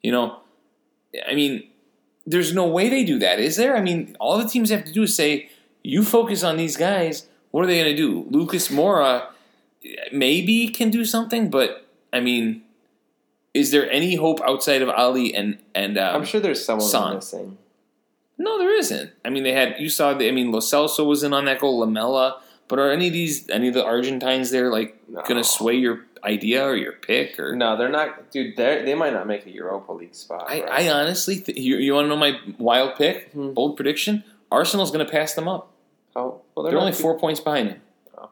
You know, I mean, there's no way they do that, is there? I mean, all the teams have to do is say, you focus on these guys. What are they going to do? Lucas Mora maybe can do something, but I mean, is there any hope outside of Ali and and um,
I'm sure there's someone
Son.
missing.
no, there isn't. I mean, they had you saw. The, I mean, Lo Celso was in on that goal, Lamella. But are any of these any of the Argentines there like
No.
going to sway your idea or your pick or?
No, they're not, dude. They they might not make a Europa League spot.
I,
bro.
I honestly, th- you, you want to know my wild pick,
Hmm.
bold prediction? Arsenal's going to pass them up.
oh, well,
They're,
not
only
too-
four points behind them.
Oh.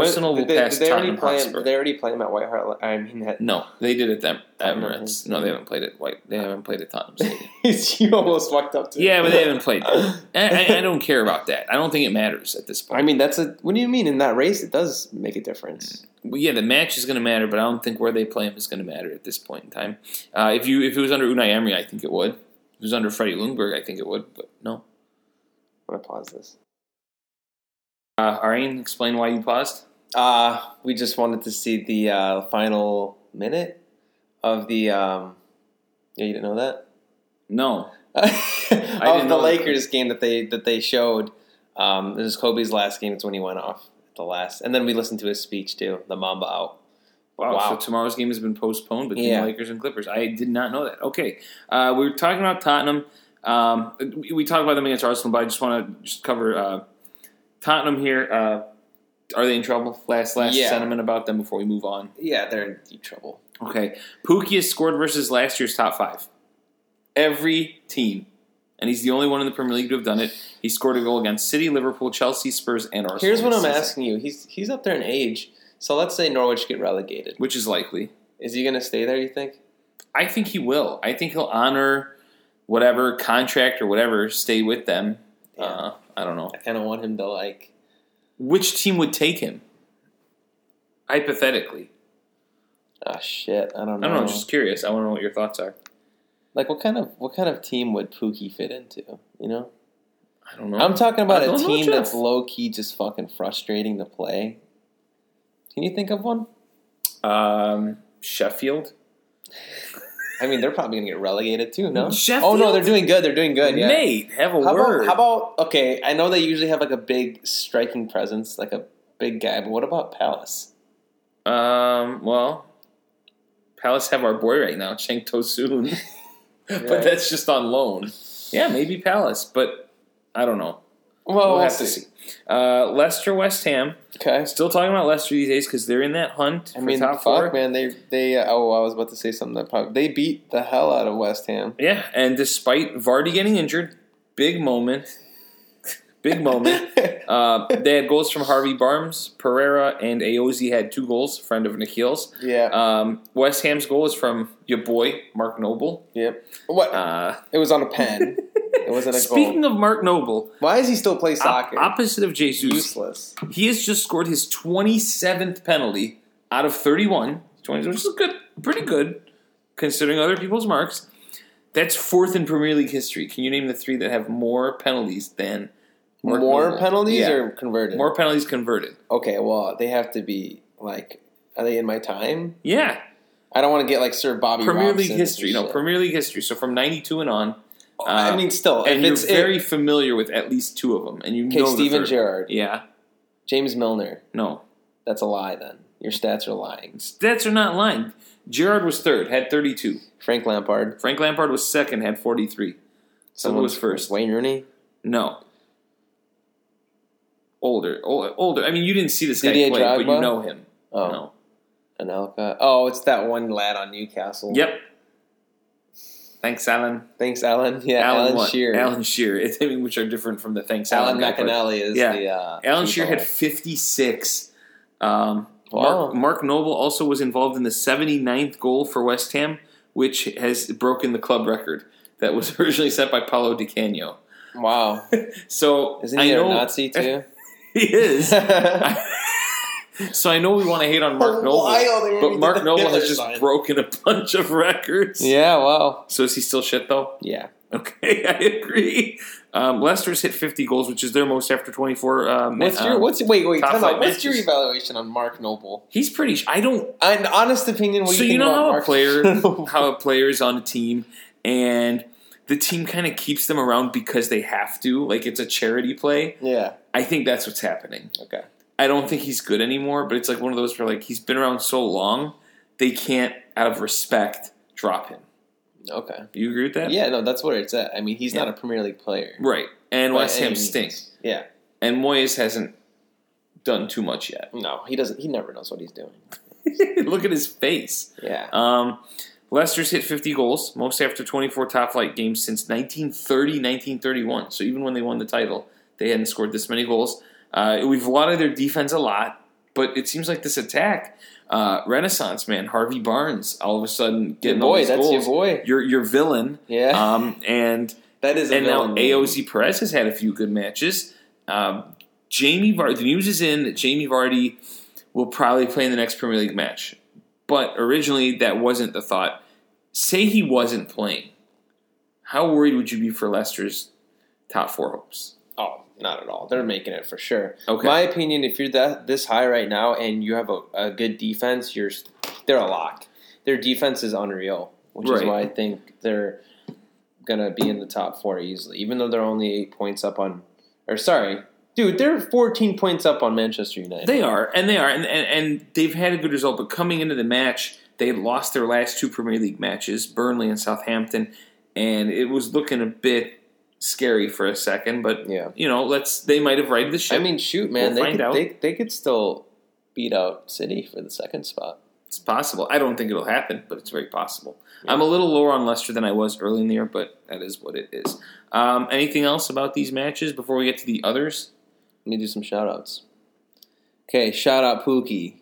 Arsenal
Did
will
they,
pass
did they already
Tottenham
play him-
Hotspur.
Did they already play him at White Hart? Lane? I mean, at,
no, they did it them at
Tottenham.
Emirates. No, they haven't played it. White. They haven't played at Tottenham. Stadium.
you almost fucked up. Too.
yeah, but they haven't played. I, I, I don't care about that. I don't think it matters at this point.
I mean, that's a. What do you mean? In that race, it does make a difference.
Well, yeah, the match is going to matter, but I don't think where they play him is going to matter at this point in time. Uh, if you if it was under Unai Emery, I think it would. If it was under Freddie Lundberg, I think it would, but no.
I'm gonna pause this.
Uh, Ariane, explain why you paused.
Uh, we just wanted to see the uh, final minute of the. Um, yeah, you didn't know that
No.
of
know
the
that.
Lakers game that they that they showed. Um, this is Kobe's last game. It's when he went off at the last, and then we listened to his speech too. The Mamba out.
Wow,
Wow.
So tomorrow's game has been postponed between
Yeah.
the Lakers and Clippers. I did not know that. Okay. Uh, we were talking about Tottenham. Um, we, we talked about them against Arsenal, but I just want to just cover uh, Tottenham here. Uh, are they in trouble? Last last
Yeah.
sentiment about them before we move on.
Yeah, they're in deep trouble.
Okay. Pookie has scored versus last year's top five. Every team. And he's the only one in the Premier League to have done it. He scored a goal against City, Liverpool, Chelsea, Spurs, and Arsenal.
Here's what
this
I'm
season,
asking you. He's he's up there in age. So let's say Norwich get relegated.
Which is likely.
Is he gonna stay there? You think?
I think he will. I think he'll honor whatever contract or whatever, stay with them. Uh, I don't know.
I kind of want him to like.
Which team would take him? Hypothetically.
Ah, shit. I don't
I
know.
don't know. Just curious. I want to know what your thoughts are.
like what kind of what kind of team would Pookie fit into? You know.
I don't know.
I'm talking about
I
a
don't know,
team
Jeff.
that's low key just fucking frustrating to play. Can you think of one?
um, Sheffield.
I mean, they're probably gonna get relegated too. No. Oh
Sheffield?
no, they're doing good. They're doing good. Yeah.
Nate, have a
How
word.
about, how about okay? I know they usually have like a big striking presence, like a big guy. But what about Palace?
Um, well, Palace have our boy right now, Cheng Tosun, but that's just on loan. Yeah, maybe Palace, but I don't know.
well,
We'll
we'll
have to see. Uh, Leicester, West Ham.
Okay.
Still talking about Leicester these days because they're in that hunt
I
for
mean,
top
fuck,
four.
man. They they. Uh, oh, I was about to say something that probably they beat the hell out of West Ham.
Yeah, and despite Vardy getting injured, big moment. Big moment. Uh, they had goals from Harvey Barnes, Pereira, and Aozi had two goals, friend of Nikhil's.
yeah.
Um, West Ham's goal is from your boy, Mark Noble.
yep. What?
Uh,
it was on a pen. it wasn't a
speaking
goal.
of Mark Noble,
Why does he still play
op-
soccer?
opposite of Jesus,
Useless.
he has just scored his 27th penalty out of 31, 20, which is good, pretty good, considering other people's marks. That's fourth in Premier League history. Can you name the three that have more penalties than Mark
More
Noble?
penalties
Yeah.
or converted?
more penalties converted?
Okay, well, they have to be like, are they in my time?
Yeah,
I don't want to get like Sir Bobby.
Premier
Robson
League history. No,
shit.
Premier League history. So from 92 and on.
I
uh,
mean, still,
and
if
you're
it's it-
very familiar with at least two of them, and you
okay,
know the
Steven
third.
Gerrard,
Yeah,
James Milner.
no,
That's a lie. Then your stats are lying.
stats are not lying. Gerard was third, had 32.
Frank Lampard.
Frank Lampard was second, had 43. So who was first?
Wayne Rooney.
No. Older, o- older. I mean, you didn't see this guy
Didier
play, but you
Drogba?
know him.
Oh,
No.
Anelka. Oh, it's that one lad on Newcastle.
Yep. Thanks, Alan.
Thanks, Alan. Yeah, Alan,
what?
Shearer.
Alan Shearer. I mean, which are different from the thanks, Alan.
Alan
guy, but-
McAnally is
Yeah.
the. Uh,
Alan
chief
Shearer had
of-
56. Um,
Wow.
Mark, Mark Noble also was involved in the 79th goal for West Ham, which has broken the club record that was originally set by Paulo Di Canio.
Wow.
So
Isn't
I
he a
know,
Nazi too?
He is. so I know we want to hate on Mark Noble,
Wild, they
but
did
Mark
the
Noble
Hitler
has just
sign.
broken a bunch of records.
yeah. Wow.
So is he still shit though?
Yeah.
Okay, I agree. Um, Leicester's hit 50 goals, which is their most after 24. Um,
What's your
um,
what's wait wait
top
time out.
flight
What's your
matches.
evaluation on Mark Noble?
He's pretty. Sh- I don't
An honest opinion. What do
so
you,
you know
think about
how a
Mark
player
Noble?
how a player is on a team and the team kind of keeps them around because they have to like it's a charity play
yeah.
i think that's what's happening
Okay.
i don't think he's good anymore but it's like one of those where like he's been around so long they can't out of respect drop him
Okay.
do you agree with that
Yeah. No, that's where it's at. I mean, he's not
Yeah.
a Premier League player.
right and
by
west
any
ham
means.
stinks
Yeah.
and moyes hasn't done too much yet
No, he doesn't. He never knows what he's doing.
look at his face
Yeah.
Um, Leicester's hit 50 goals, most after 24 top flight games since 1930, 1931. So even when they won the title, they hadn't scored this many goals. Uh, we've lauded their defense a lot, but it seems like this attack, uh, Renaissance man, Harvey Barnes, all of a sudden
Your
getting all
boy.
these
That's
goals.
your boy.
Your your villain.
Yeah.
Um, and
that is. A
and now
villain name.
AOZ Perez has had a few good matches. Um, Jamie Vardy, the news is in that Jamie Vardy will probably play in the next Premier League match. But originally, that wasn't the thought. Say he wasn't playing. How worried would you be for Leicester's top four hopes?
Oh, not at all. They're making it for sure.
Okay.
My opinion, if you're that this high right now and you have a, a good defense, you're s- they're a lock. Their defense is unreal, which is
Right.
why I think they're gonna be in the top four easily, even though they're only eight points up on or sorry. Dude, they're fourteen points up on Manchester United.
They are, and they are, and, and, and they've had a good result. But coming into the match, they lost their last two Premier League matches, Burnley and Southampton, and it was looking a bit scary for a second. But
Yeah.
you know, let's they might have righted the ship.
I mean shoot
We'll
man, they,
find
could,
out.
they they could still beat out City for the second spot.
It's possible. I don't think it'll happen, but it's very possible. I'm a little lower on Leicester than I was early in the year, but that is what it is. Um, anything else about these matches before we get to the others?
Let me do some shout outs. Okay, shout out Pookie.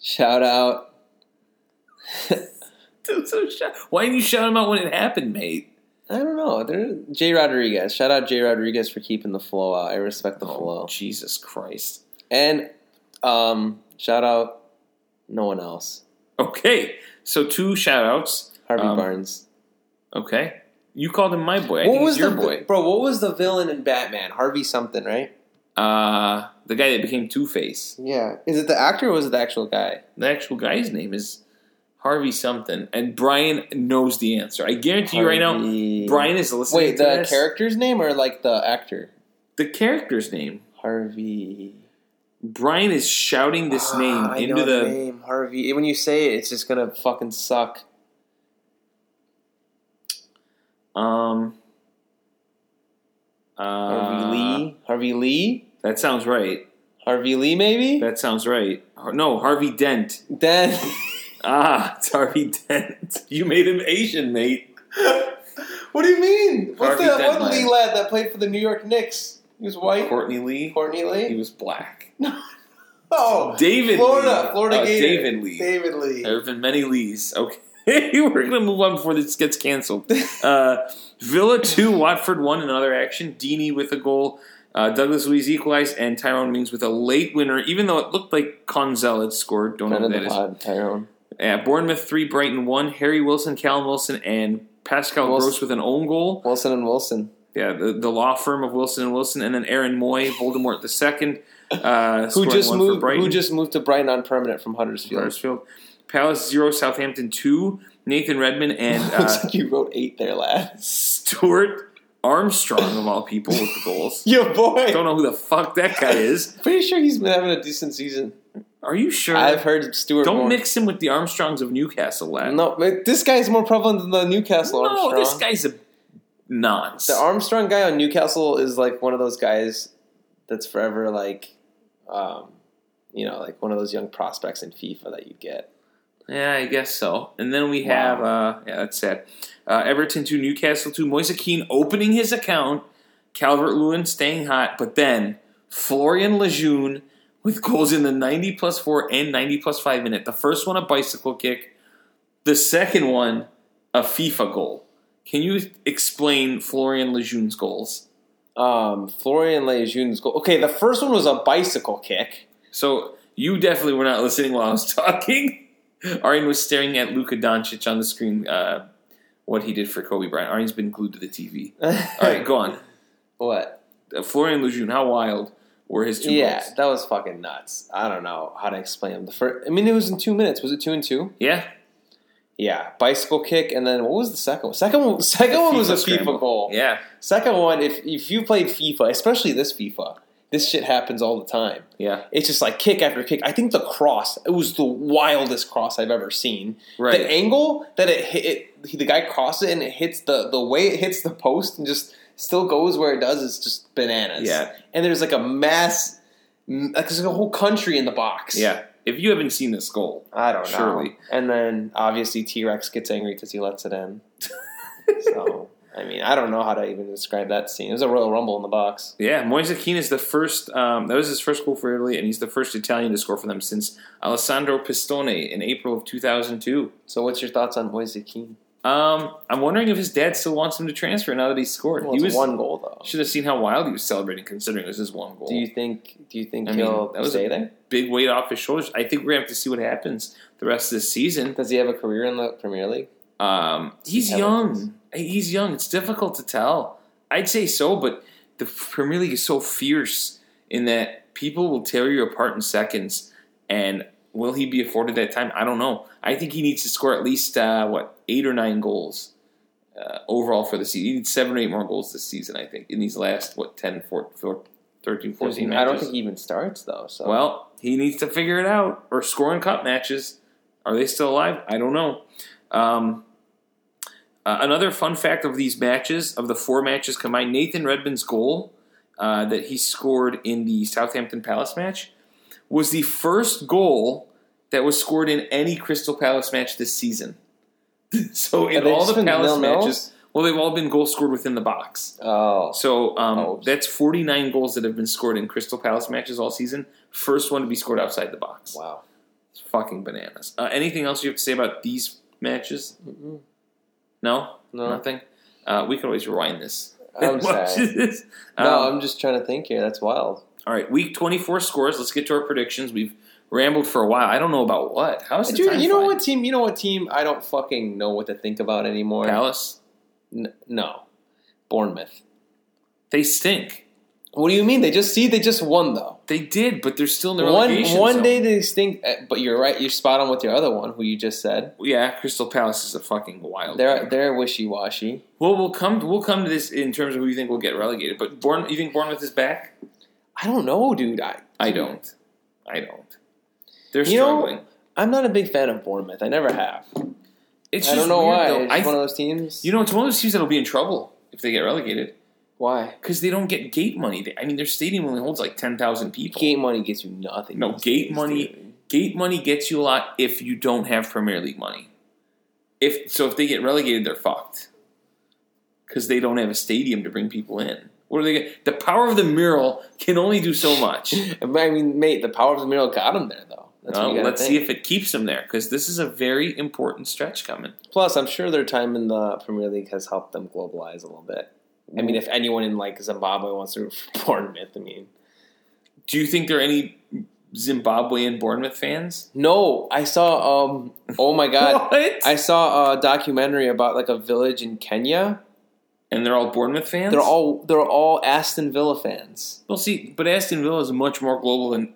Shout out
Dude, so shout- Why didn't you shout them out when it happened, mate?
I don't know. They're, J. Rodriguez. Shout out J. Rodriguez for keeping the flow out. I respect
Oh.
the flow.
Jesus Christ.
And um, shout out no one else.
Okay, so two shout outs.
Harvey
Um,
Barnes.
Okay. You called him my boy. I
What
think
was
he's your
the
boy?
bro? What was the villain in Batman? Harvey something, right?
Uh, the guy that became Two Face.
Yeah. Is it the actor or was it the actual guy?
The actual guy's name is Harvey something, and Brian knows the answer. I guarantee you right now,
Harvey-
Brian is listening
Wait,
to
the
this.
character's name or like the actor?
the character's name.
Harvey.
Brian is shouting this
Ah,
name
I
into
know
the.
name Harvey. When you say it, it's just gonna fucking suck.
Um, uh,
Harvey Lee. Harvey Lee.
That sounds right.
Harvey Lee, maybe.
That sounds right. Har- No, Harvey Dent.
Then.
Ah, it's Harvey Dent. You made him Asian, mate.
What do you mean? What's
Harvey
that one
Dent
Lee
Lee.
lad that played for the New York Knicks? He was white.
Courtney Lee.
Courtney
He
Lee.
was black.
Oh,
David
Florida,
Lee.
Florida
Oh,
Gator.
David Lee.
Uh, David Lee.
There have been many Lees. Okay. We're going to move on before this gets canceled. Uh, Villa 2, Watford 1 in another action. Deeney with a goal. Uh, Douglas Luiz equalized, and Tyrone Mings with a late winner, even though it looked like Conzel had scored. Don't know who that is.
Tyrone.
Yeah, Bournemouth 3, Brighton 1. Harry Wilson, Callum Wilson, and Pascal
Wilson.
Gross with an own goal.
Wilson and Wilson.
Yeah, the, the law firm of Wilson and Wilson, and then Aaron Moy, Voldemort II, uh,
Who
scoring
just
one for
moved?
Brighton.
Who just moved to Brighton on permanent from Huddersfield?
Huddersfield. Palace 0, Southampton 2. Nathan Redmond and uh,
Looks like you wrote eight there, lad.
Stuart Armstrong, of all people, with the goals.
Your boy.
Don't know who the fuck that guy is.
Pretty sure he's been having a decent season.
Are you sure?
I've heard Stuart.
Don't
Moore.
mix him with the Armstrongs of Newcastle, lad.
No, man, this guy's more prevalent than the Newcastle
No,
Armstrong.
this guy's a nonce.
The Armstrong guy on Newcastle is like one of those guys that's forever like, um, you know, like one of those young prospects in FIFA that you get.
yeah, I guess so. And then we
Wow.
have, uh, yeah, that's sad. Uh, Everton to Newcastle to Moise Keane opening his account. Calvert Lewin staying hot, but then Florian Lejeune with goals in the 90 plus 4 and 90 plus 5 minute. The first one, a bicycle kick. The second one, a FIFA goal. Can you explain Florian Lejeune's goals?
Um, Florian Lejeune's goal. Okay, the first one was a bicycle kick.
So you definitely were not listening while I was talking. Aryan was staring at Luka Doncic on the screen. Uh, what he did for Kobe Bryant. Aryan's been glued to the TV.
All
All right, go on.
what?
Uh, Florian Lejeune, how wild were his two
Yeah,
goals?
that was fucking nuts. I don't know how to explain him. The first, I mean, it was in two minutes. Was it two and two?
Yeah,
Yeah, bicycle kick, and then what was the second one? Second one, second one was a
FIFA
FIFA
scramble.
goal.
yeah.
Second one, if if you played FIFA, especially this FIFA, this shit happens all the time.
Yeah,
It's just like kick after kick. I think the cross, it was the wildest cross I've ever seen.
right.
The angle that it hit, it, the guy crosses it and it hits the, the way it hits the post and just still goes where it does is just bananas.
Yeah.
And there's like a mass, like there's like a whole country in the box.
yeah, if you haven't seen this goal,
I don't know.
Surely.
And then obviously T Rex gets angry because he lets it in. so, I mean, I don't know how to even describe that scene. It was a Royal Rumble in the box.
yeah, Moise Keane is the first. Um, that was his first goal for Italy, and he's the first Italian to score for them since Alessandro Pistone in April of 2002.
So, what's your thoughts on Moise Keane?
Um, I'm wondering if his dad still wants him to transfer now that he's scored.
Well,
he
it's
was
one goal though.
Should have seen how wild he was celebrating, considering it was his one goal.
Do you think? Do you think
I mean,
he'll
that was
stay
a-
there?
Big weight off his shoulders. I think we're gonna have to see what happens the rest of this season.
Does he have a career in the Premier League?
Um, he's
See how it
young. He's young. It's difficult to tell. I'd say so, but the Premier League is so fierce in that people will tear you apart in seconds. And will he be afforded that time? I don't know. I think he needs to score at least uh, what eight or nine goals uh, overall for the season. He needs seven or eight more goals this season. I think in these last what 10, 14, 13, 14
There's-
matches.
I don't think he even starts though. So
Well, he needs to figure it out or score in cup matches. Are they still alive? I don't know. Um, uh, another fun fact of these matches, of the four matches combined, Nathan Redmond's goal uh, that he scored in the Southampton Palace match was the first goal that was scored in any Crystal Palace match this season. so in
Have they
all
just
the
been
Palace
nil-nils?
matches, well, they've all been goals scored within the box.
Oh,
So um,
Oh.
that's 49 goals that have been scored in Crystal Palace matches all season. First one to be scored outside the box.
wow.
It's fucking bananas. Uh, anything else you have to say about these matches?
Mm-mm.
No,
No.
nothing. Uh, we can always rewind this.
I'm
Watch
sorry.
this.
No,
Um,
I'm just trying to think here. That's wild.
all right, week 24 scores. Let's get to our predictions. We've rambled for a while. I don't know about what. How's the
Uh, Dude,
time
you know
flying?
what team? You know what team? I don't fucking know what to think about anymore.
Palace,
N- no, Bournemouth.
they stink.
What do you mean? They just see they just won though.
They did, but they're still in the
One
relegation
one
zone.
day they stink, eh, but you're right. You're spot on with your other one, who you just said.
Yeah, Crystal Palace is a fucking wild.
They're they're wishy washy.
Well, we'll come we'll come to this in terms of who you think will get relegated. But Bourne, you think Bournemouth is back?
I don't know, dude. I
I don't. I don't. They're
You know,
struggling.
I'm not a big fan of Bournemouth. I never have.
it's
I
just
don't know
weird,
why.
though.
It's
I
just one
th-
of those teams.
you know, it's one of those teams that'll be in trouble if they get relegated
why?
because they don't get gate money. They, I mean, their stadium only holds like ten thousand people.
Gate money gets you nothing.
No,
these
gate
days,
money-
dude.
Gate money gets you a lot if you don't have Premier League money. If so, if they get relegated, they're fucked. because they don't have a stadium to bring people in. What are they? Gonna, the power of the mural can only do so much.
I mean, mate, the power of the mural got him there, though. That's what
Um,
you gotta
let's
think.
see if it keeps them there because this is a very important stretch coming.
Plus, I'm sure their time in the Premier League has helped them globalize a little bit. I mean, if anyone in like Zimbabwe wants to root for Bournemouth, I mean,
Do you think there are any Zimbabwean Bournemouth fans?
no, I saw. um Oh my god,
What?
I saw a documentary about like a village in Kenya.
and they're all Bournemouth fans.
They're all they're all Aston Villa fans.
well. See, but Aston Villa is much more global than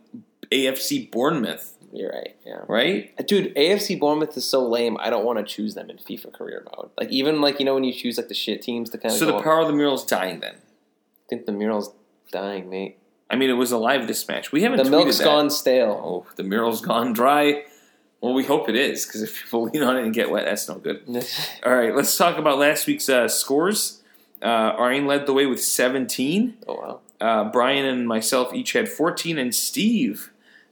AFC Bournemouth,
You're right. Yeah,
right?
dude, AFC Bournemouth is so lame. I don't want to choose them in FIFA career mode. Like even like you know when you choose like the shit teams to kind of.
So the power of the mural is dying. Then
I think the mural's dying, mate.
I mean, it was alive this match. We haven't.
The
tweeted
milk's
that.
gone stale.
Oh, the mural's gone dry. Well, we hope it is because if people lean on it and get wet, that's no good. All right, let's talk about last week's uh, scores. Uh, Arane led the way with 17.
oh wow.
Uh, Brian and myself each had 14, and Steve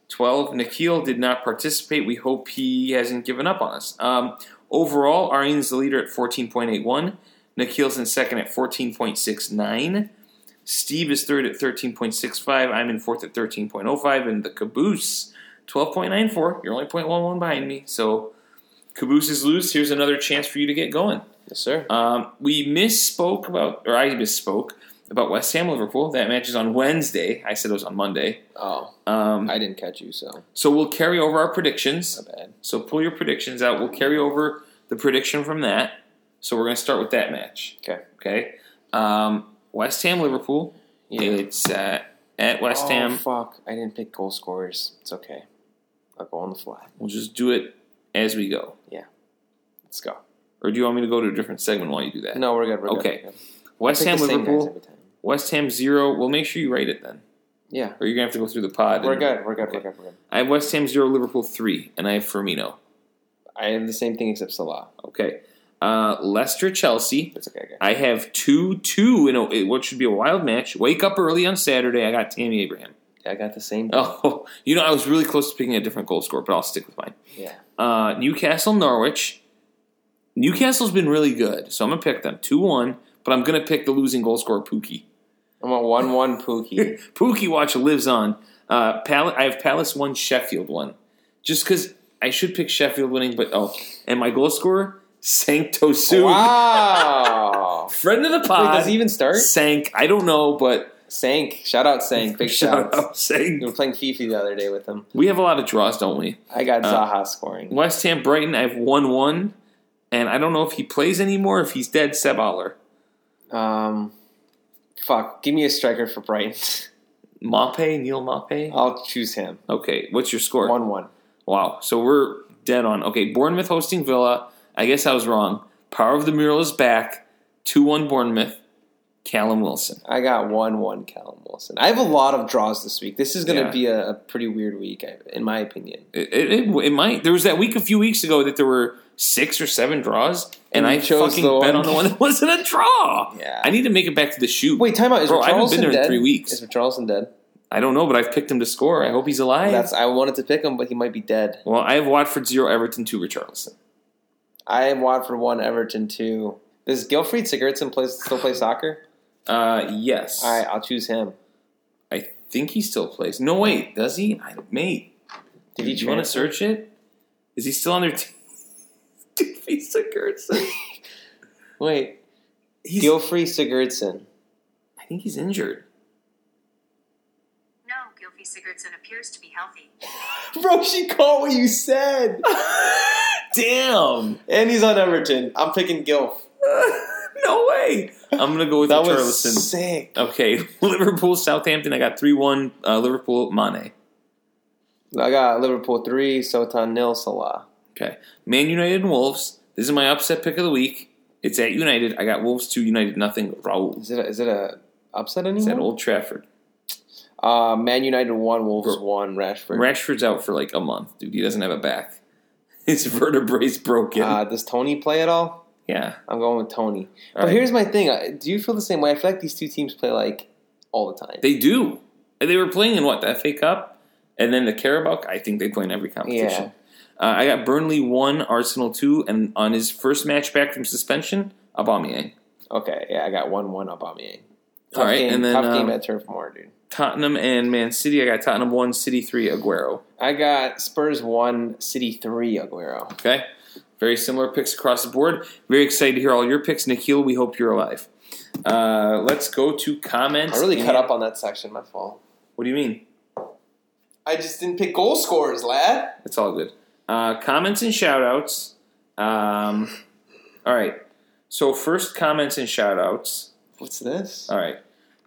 12. Nikhil did not participate. We hope he hasn't given up on us. Um, overall, Arian's the leader at 14.81. Nikhil's in second at 14.69. Steve is third at 13.65. I'm in fourth at 13.05. And the caboose, 12.94. You're only 0.11 behind me. So caboose is loose. Here's another chance for you to get going.
Yes, sir.
Um, we misspoke about, or I misspoke about West Ham Liverpool. That match is on Wednesday. I said it was on Monday.
Oh,
Um,
I didn't catch you, so
so we'll carry over our predictions.
my bad.
So pull your predictions out. We'll carry over the prediction from that. So we're going to start with that match.
Okay.
Okay. Um, West Ham Liverpool. It's uh, at West
Oh,
Ham.
fuck. I didn't pick goal scorers. It's okay. I'll go on the fly.
We'll just do it as we go.
Let's go.
Or do you want me to go to a different segment while you do that?
No, we're good. We're good,
Okay.
we're good.
West
Pick
Ham
the same guys
Liverpool.
every time.
West Ham zero. We'll make sure you rate it then,
Yeah.
or you're gonna have to go through the pod.
We're
and-
good. We're good.
Okay.
We're good. We're good.
I have West Ham zero, Liverpool three, and I have Firmino.
I have the same thing except Salah.
Okay, uh, Leicester Chelsea.
It's okay. okay.
I have two two in a, what should be a wild match. Wake up early on Saturday. I got Tammy Abraham.
I got the same.
Oh, you know I was really close to picking a different goal scorer, but I'll stick with mine.
Yeah.
Uh, Newcastle Norwich. Newcastle's been really good, so I'm gonna pick them two one. But I'm gonna pick the losing goal scorer Pookie.
I'm a one-one Pookie.
Pookie Watch lives on. Uh, Pal- I have Palace one, Sheffield one. Just because I should pick Sheffield winning, but oh, and my goal scorer Sancto Sue,
wow.
friend of the
Wait, does
pod.
he even start?
Sank, I don't know, but
Sank. Shout out Sank. Big
shout
shout
out
We were
Sank.
playing FIFA the other day with him.
We have a lot of draws, don't we?
I got
Uh,
Zaha scoring.
West Ham, Brighton. I have one one, and I don't know if he plays anymore. If he's dead, Seb Aller.
Um, fuck. Give me a striker for Brighton.
Mape, Neil Mape.
I'll choose him.
Okay, what's your score?
One-one.
Wow. So we're dead on. Okay, Bournemouth hosting Villa. I guess I was wrong. Power of the Mural is back. 2 1 Bournemouth. Callum Wilson.
I got one one Callum Wilson. I have a lot of draws this week. This is going to
Yeah.
be a, a pretty weird week, I- in my opinion.
It, it, it, it might. There was that week a few weeks ago that there were six or seven draws, and,
And
I
you chose
fucking
the
bet
one-
on the one that wasn't a draw.
Yeah.
I need to make it back to the shoot.
Wait, time out. Is
Bro, I haven't
Richarlison
been there in
dead?
three weeks.
Is Richarlison dead?
I don't know, but I've picked him to score. I hope he's alive.
That's I wanted to pick him, but he might be dead.
well, I have Watford 0, Everton 2, Richarlison.
I have Watford one, Everton two. Does Gilfried Sigurdsson plays still play soccer?
Uh, yes.
All right, I'll choose him.
I think he still plays. No, wait. Does he? I, mate.
Did
Did
he
you want to
transfer?
search it? Is he still on their team? Doofy Sigurdsson.
Wait,
He's,
Gilfried Sigurdsson.
I think he's injured.
No, Gilfie Sigurdsson appears to be healthy.
Bro, she caught what you said,
Damn.
and he's on Everton. I'm picking Gilf.
no way. I'm gonna go with
That was
Richarlison.
sick.
Okay, Liverpool, Southampton. I got three one. Uh, Liverpool, Mane.
I got Liverpool three, Sotan nil, Salah.
Okay, Man United and Wolves. This is my upset pick of the week. It's at United. I got Wolves two, United nothing. Raul.
Is it a, is it a upset anymore?
It's at Old Trafford.
Uh, Man United one, Wolves
Bro.
one, Rashford.
Rashford's out for like a month, dude. He doesn't have a back. His vertebrae's broken.
uh, does Tony play at all?
yeah.
I'm going with Tony.
All
but
right.
here's my thing: I- Do you feel the same way? I feel like these two teams play like all the time.
They do. And They were playing in what the FA Cup, and then the Carabao. I think they play in every competition. Uh, I got Burnley one, Arsenal two, and on his first match back from suspension, Aubameyang.
Okay, yeah, I got one one up on me.
All right,
game,
and then
tough
um,
game at Turf Moor, dude.
Tottenham and Man City. I got Tottenham one, City three, Aguero.
I got Spurs one, City three, Aguero.
Okay. Very similar picks across the board. Very excited to hear all your picks, Nikhil. We hope you're alive. Uh, let's go to comments.
I really cut
and-
up on that section. My fault.
What do you mean?
I just didn't pick goal scorers, lad.
It's all good. Uh, comments and shout outs. Um, all right. So, first, comments and shout outs.
What's this?
All right.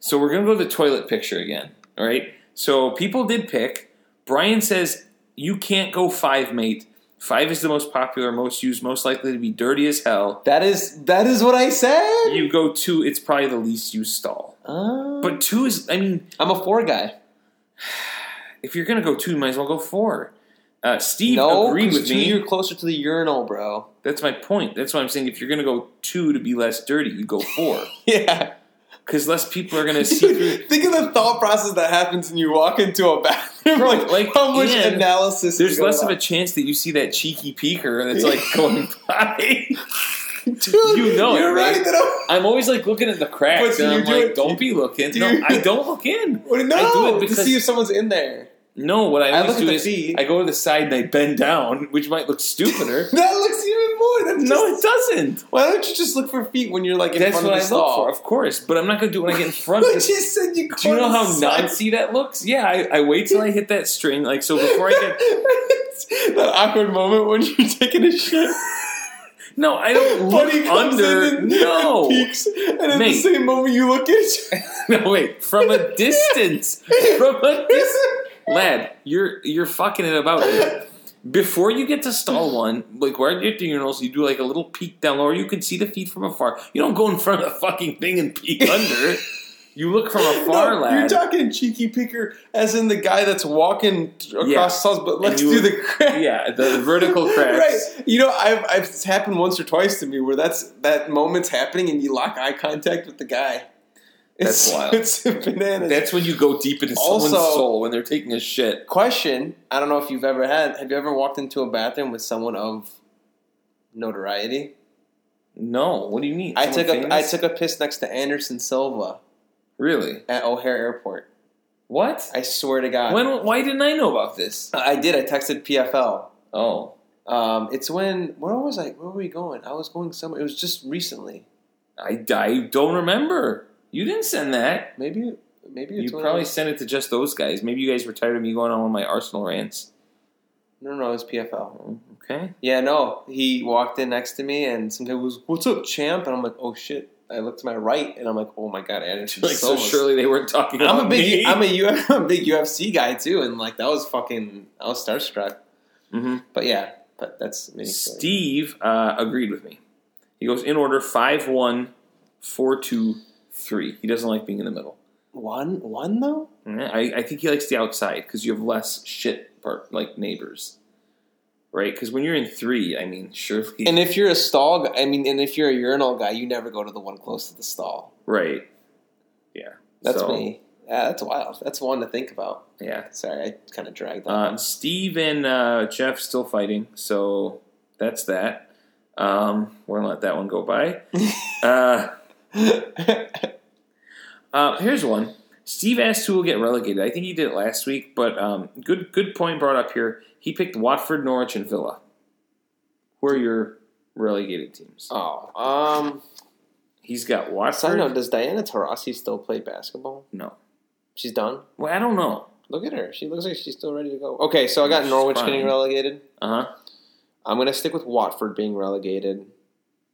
So we're gonna go to the toilet picture again. All right. So people did pick. Brian says you can't go five, mate. Five is the most popular, most used, most likely to be dirty as hell.
That is that is what I said.
You go two, it's probably the least used stall.
Uh,
But two is, I mean,
I'm a four guy.
if you're gonna go two, you might as well go four. Uh, Steve
No,
agreed
'cause
with
two,
me.
You're closer to the urinal, bro.
That's my point. That's why I'm saying if you're gonna go two to be less dirty, you go four
Yeah.
because less people are gonna see. through-
Dude, think of the thought process that happens when you walk into a bathroom.
Bro,
like,
like,
how much
and
analysis?
There's
is going
less of a
on.
chance that you see that cheeky peeker that's like going by.
Dude,
you know it,
You're
right?
right. that I'm-
I'm always like looking at the cracks,
But
and
you
I'm
do
like,
it-
"Don't be looking."
do
no,
you-
I don't look in.
Well, no,
I do it
to
because
see if someone's in there.
no. What I
I
always
look at
do
the
is
feet.
I go to the side and I bend down, which might look stupider.
That looks even more. That's
no,
just,
it doesn't.
why don't you just look for feet when you're like in
That's
front
what I
of
look
the stall?
for, of course. But I'm not going to do it when I get in front.
I
of the
just said you.
Do you know how
nuts?
nancy that looks? Yeah, I, I wait till I hit that string. Like so, before I get
that awkward moment when you're taking a shit.
no, I don't look
Buddy comes
under.
in and
no,
peeks, and at the
Mate.
same moment you look at each
no, wait. From a distance, from a distance. lad, you're you're fucking it about. Here. Before you get to stall one, like where you're at the urinals, you do like a little peek down lower. You can see the feet from afar. You don't go in front of the fucking thing and peek under. it. You look from afar,
No, You're
lad.
talking cheeky picker, as in the guy that's walking t- across
Yeah.
stalls, but let's
you would-
do the crack.
yeah, the vertical cracks.
Right. You know, I've, I've it's happened once or twice to me where that's that moment's happening and you lock eye contact with the guy. It's,
That's wild.
It's bananas.
That's when you go deep into someone's
Also-
soul when they're taking a shit.
question. I don't know if you've ever had. Have you ever walked into a bathroom with someone of notoriety?
No, what do you mean?
I
Someone
took a I
famous?
took a piss next to Anderson Silva
really
at O'Hare Airport.
what?
I swear to God. Uh,
When? Why didn't I know about this?
I did. I texted PFL.
Oh,
Um, it's when where was I? Where were we going? I was going somewhere. It was just recently.
I, I don't remember. You didn't send that.
Maybe maybe
You
it's when I
probably
was-
sent it to just those guys. Maybe you guys were tired of me going on one of my Arsenal rants.
no no it was PFL.
Okay.
Yeah, no. He walked in next to me, and some guy was, "What's up, champ?" And I'm like, "Oh shit!" I look to my right, and I'm like, "Oh my god, Anderson
Like so,
Silva's-
surely they weren't talking about
I'm a big,
me.
I'm a, U- I'm a big UFC guy too, and like that was fucking, I was starstruck.
Mhm.
But yeah, but that's me.
Steve uh, agreed with me. He goes in order five one four two three. He doesn't like being in the middle.
one, one though.
Yeah, I, I think he likes the outside because you have less shit part like neighbors, right? Because when you're in three, I mean, surely
And if you're a stall, guy, I mean, and if you're a urinal guy, you never go to the one close to the stall.
right? Yeah,
That's
So,
me. Yeah, that's wild. That's one to think about.
Yeah,
Sorry, I kind of dragged on.
Uh, Steve and uh, Jeff still fighting, so that's that. Um, we're gonna let that one go by. uh, uh, here's one. Steve asked who will get relegated. I think he did it last week, but um, good good point brought up here. He picked Watford, Norwich, and Villa. Who are your relegated teams?
oh, um,
He's got
side
Watford.
note: Does Diana Taurasi still play basketball?
No.
She's done.
Well, I don't know.
Look at her. She looks like she's still ready to go. Okay, so I got
She's
Norwich
fine.
getting relegated.
Uh huh.
I'm gonna stick with Watford being relegated.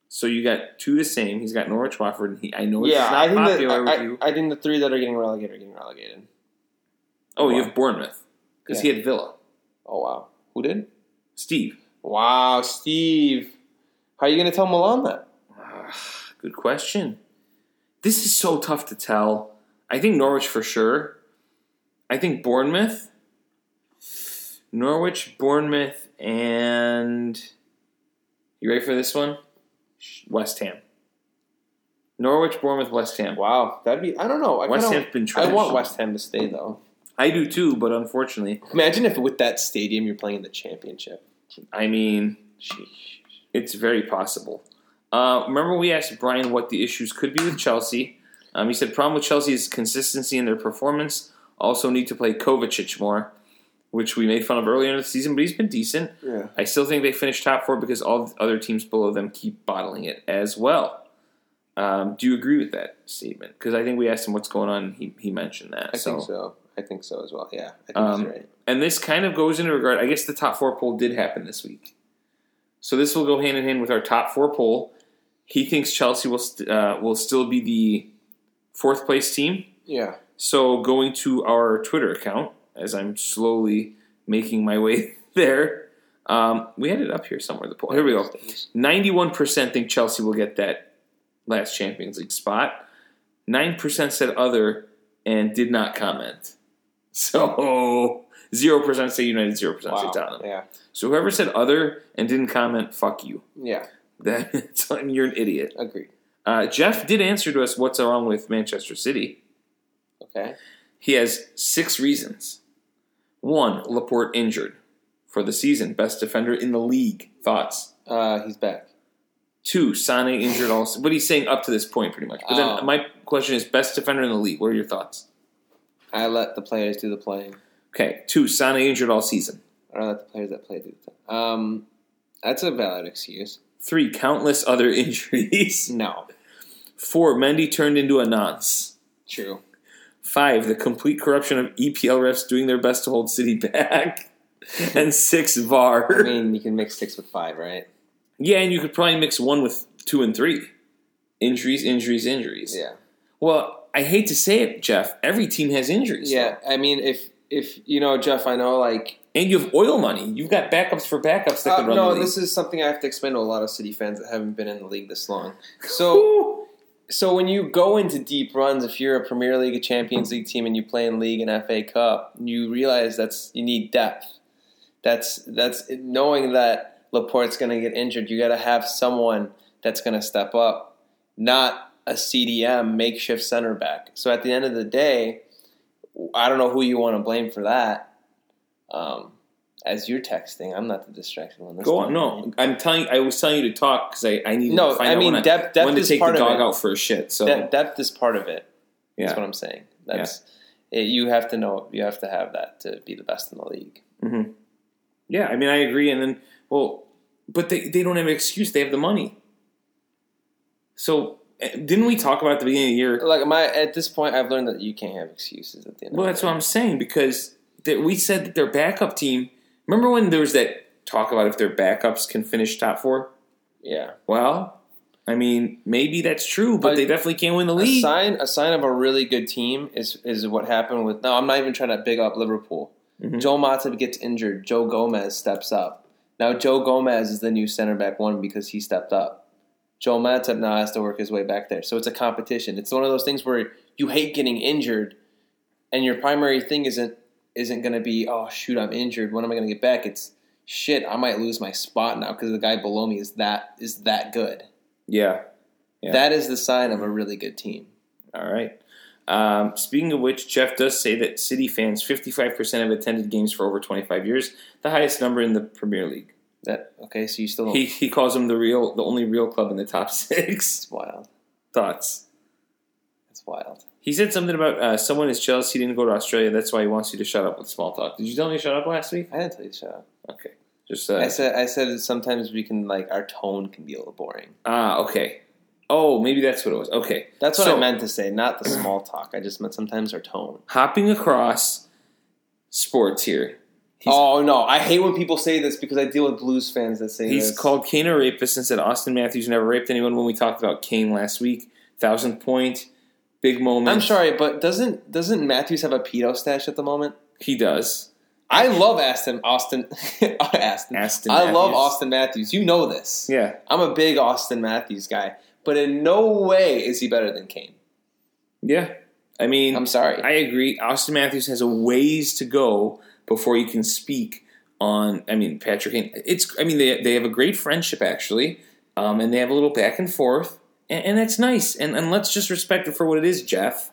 So you got two the same. He's got Norwich, Watford. And he, I know it's
Yeah, I
not
think that,
popular with
I,
you.
I, I think the three that are getting relegated are getting relegated.
oh, you have Bournemouth because
Yeah.
he had Villa.
Oh wow, who did?
Steve.
Wow, Steve, how are you gonna tell Milan that?
Ah, Good question. This is so tough to tell. I think Norwich for sure. I think Bournemouth. Norwich, Bournemouth, and. You ready for this one? Sh- West Ham. Norwich, Bournemouth, West Ham.
Wow, that'd be. I don't know. I
West
kinda-
Ham's been trash.
I want West Ham to stay though.
I do too, but unfortunately,
Imagine if with that stadium you're playing in the championship.
I mean, it's very possible. Uh, remember, we asked Brian what the issues could be with Chelsea. Um, he said problem with Chelsea is consistency in their performance. Also, need to play Kovacic more, which we made fun of earlier in the season, but he's been decent.
Yeah.
I still think they finished top four because all the other teams below them keep bottling it as well. Um, do you agree with that statement? Because I think we asked him what's going on. And he he mentioned that.
I think so. I think so as well. Yeah, I think
Um,
he's right.
And this kind of goes into regard. I guess the top four poll did happen this week, so this will go hand in hand with our top four poll. He thinks Chelsea will st- uh, will still be the fourth place team.
Yeah.
So going to our Twitter account as I'm slowly making my way there. Um, we had it up here somewhere. The poll. Here we go. Ninety-one percent think Chelsea will get that last Champions League spot. Nine percent said other and did not comment. So zero percent say United, zero percent say
Wow.
Tottenham.
Yeah.
So whoever said other and didn't comment, fuck you.
Yeah.
That's I mean, you're an idiot.
Agreed.
Uh, Jeff did answer to us. What's wrong with Manchester City?
Okay.
He has six reasons. One, Laporte injured for the season, best defender in the league. Thoughts?
Uh, he's back.
Two, Sane injured also. What he's saying up to this point, pretty much. But then
Oh.
my question is best defender in the league. What are your thoughts?
I let the players do the playing.
Okay, two, Sane injured all season.
I don't let the players that play do the playing. Um, that's a valid excuse.
Three, countless other injuries.
No.
Four, Mendy turned into a nonce.
True.
Five, the complete corruption of EPL refs doing their best to hold City back. and six, VAR.
I mean, you can mix six with five, right?
Yeah, and you could probably mix one with two and three. Injuries, injuries, injuries.
Yeah.
Well, I hate to say it, Jeff. Every team has injuries.
Yeah. I mean, if if you know, Jeff, I know, like
And you have oil money. You've got backups for backups that
Uh,
can run
no,
the league.
this is something I have to explain to a lot of City fans that haven't been in the league this long. So, so when you go into deep runs, if you're a Premier League, a Champions League team, and you play in League and FA Cup, you realize that's you need depth. That's that's knowing that Laporte's going to get injured. You got to have someone that's going to step up, not a CDM makeshift center back. So at the end of the day, I don't know who you want to blame for that. Um, as you're texting, I'm not the distracted one. this
Go on.
time.
No, I'm telling. I was telling you to talk because I, I need
No,
to find
I
out
mean,
when,
depth- depth
when to
is
take the
part of
dog
it.
out for a shit. So
Depth, depth is part of it. That's
yeah,
what I'm saying. That's it, you have to know. You have to have that to be the best in the league.
yeah. I mean, I agree. And then, well, but they they don't have an excuse. They have the money. So eh, didn't we talk about at the beginning of the year?
Like my at this point, I've learned that you can't have excuses at the end.
Well,
of
that's
the
what I'm saying because that we said that their backup team. Remember when there was that talk about if their backups can finish top four?
day. yeah.
Well, I mean, maybe that's true, but
Uh,
they definitely can't win the
A
league.
sign, a sign of a really good team is is what happened with. No, I'm not even trying to big up Liverpool. Joe Matip gets injured. Joe Gomez steps up. Now Joe Gomez is the new center back one because he stepped up. Joe Matip now has to work his way back there. So it's a competition. It's one of those things where you hate getting injured, and your primary thing isn't isn't going to be oh shoot I'm injured. When am I going to get back? It's shit I might lose my spot now because the guy below me is that is that good.
Yeah. Yeah.
That is the sign of a really good team.
All right. Um, speaking of which, Jeff does say that City fans, 55% have attended games for over 25 years, the highest number in the Premier League.
That okay? So you still don't.
He, he calls them the real, the only real club in the top six.
It's wild.
Thoughts?
It's wild.
He said something about uh, someone is jealous he didn't go to Australia. That's why he wants you to shut up with small talk. Did you tell me to shut up last week?
I didn't tell you to shut up.
Okay. Just uh,
I said. I said that sometimes we can like our tone can be a little boring.
ah, okay. Oh, maybe that's what it was. Okay,
That's what
So-
I meant to say, not the small talk. I just meant sometimes our tone.
Hopping across sports here. He's-
oh no, I hate when people say this because I deal with blues fans that say
He's
this.
called Kane a rapist and said Austin Matthews never raped anyone. When we talked about Kane last week, thousand point, big moment.
I'm sorry, but doesn't doesn't Matthews have a pedo stash at the moment?
he does.
I love Aston Austin. Aston.
Aston
I love
Matthews.
Austin Matthews. You know this.
Yeah,
I'm a big Austin Matthews guy, but in no way is he better than Kane.
yeah. I mean,
I'm sorry.
I agree. Austin Matthews has a ways to go before you can speak on. I mean, Patrick Kane. It's. I mean, they they have a great friendship actually, um, and they have a little back and forth, and, and that's nice. And and let's just respect it for what it is, Jeff,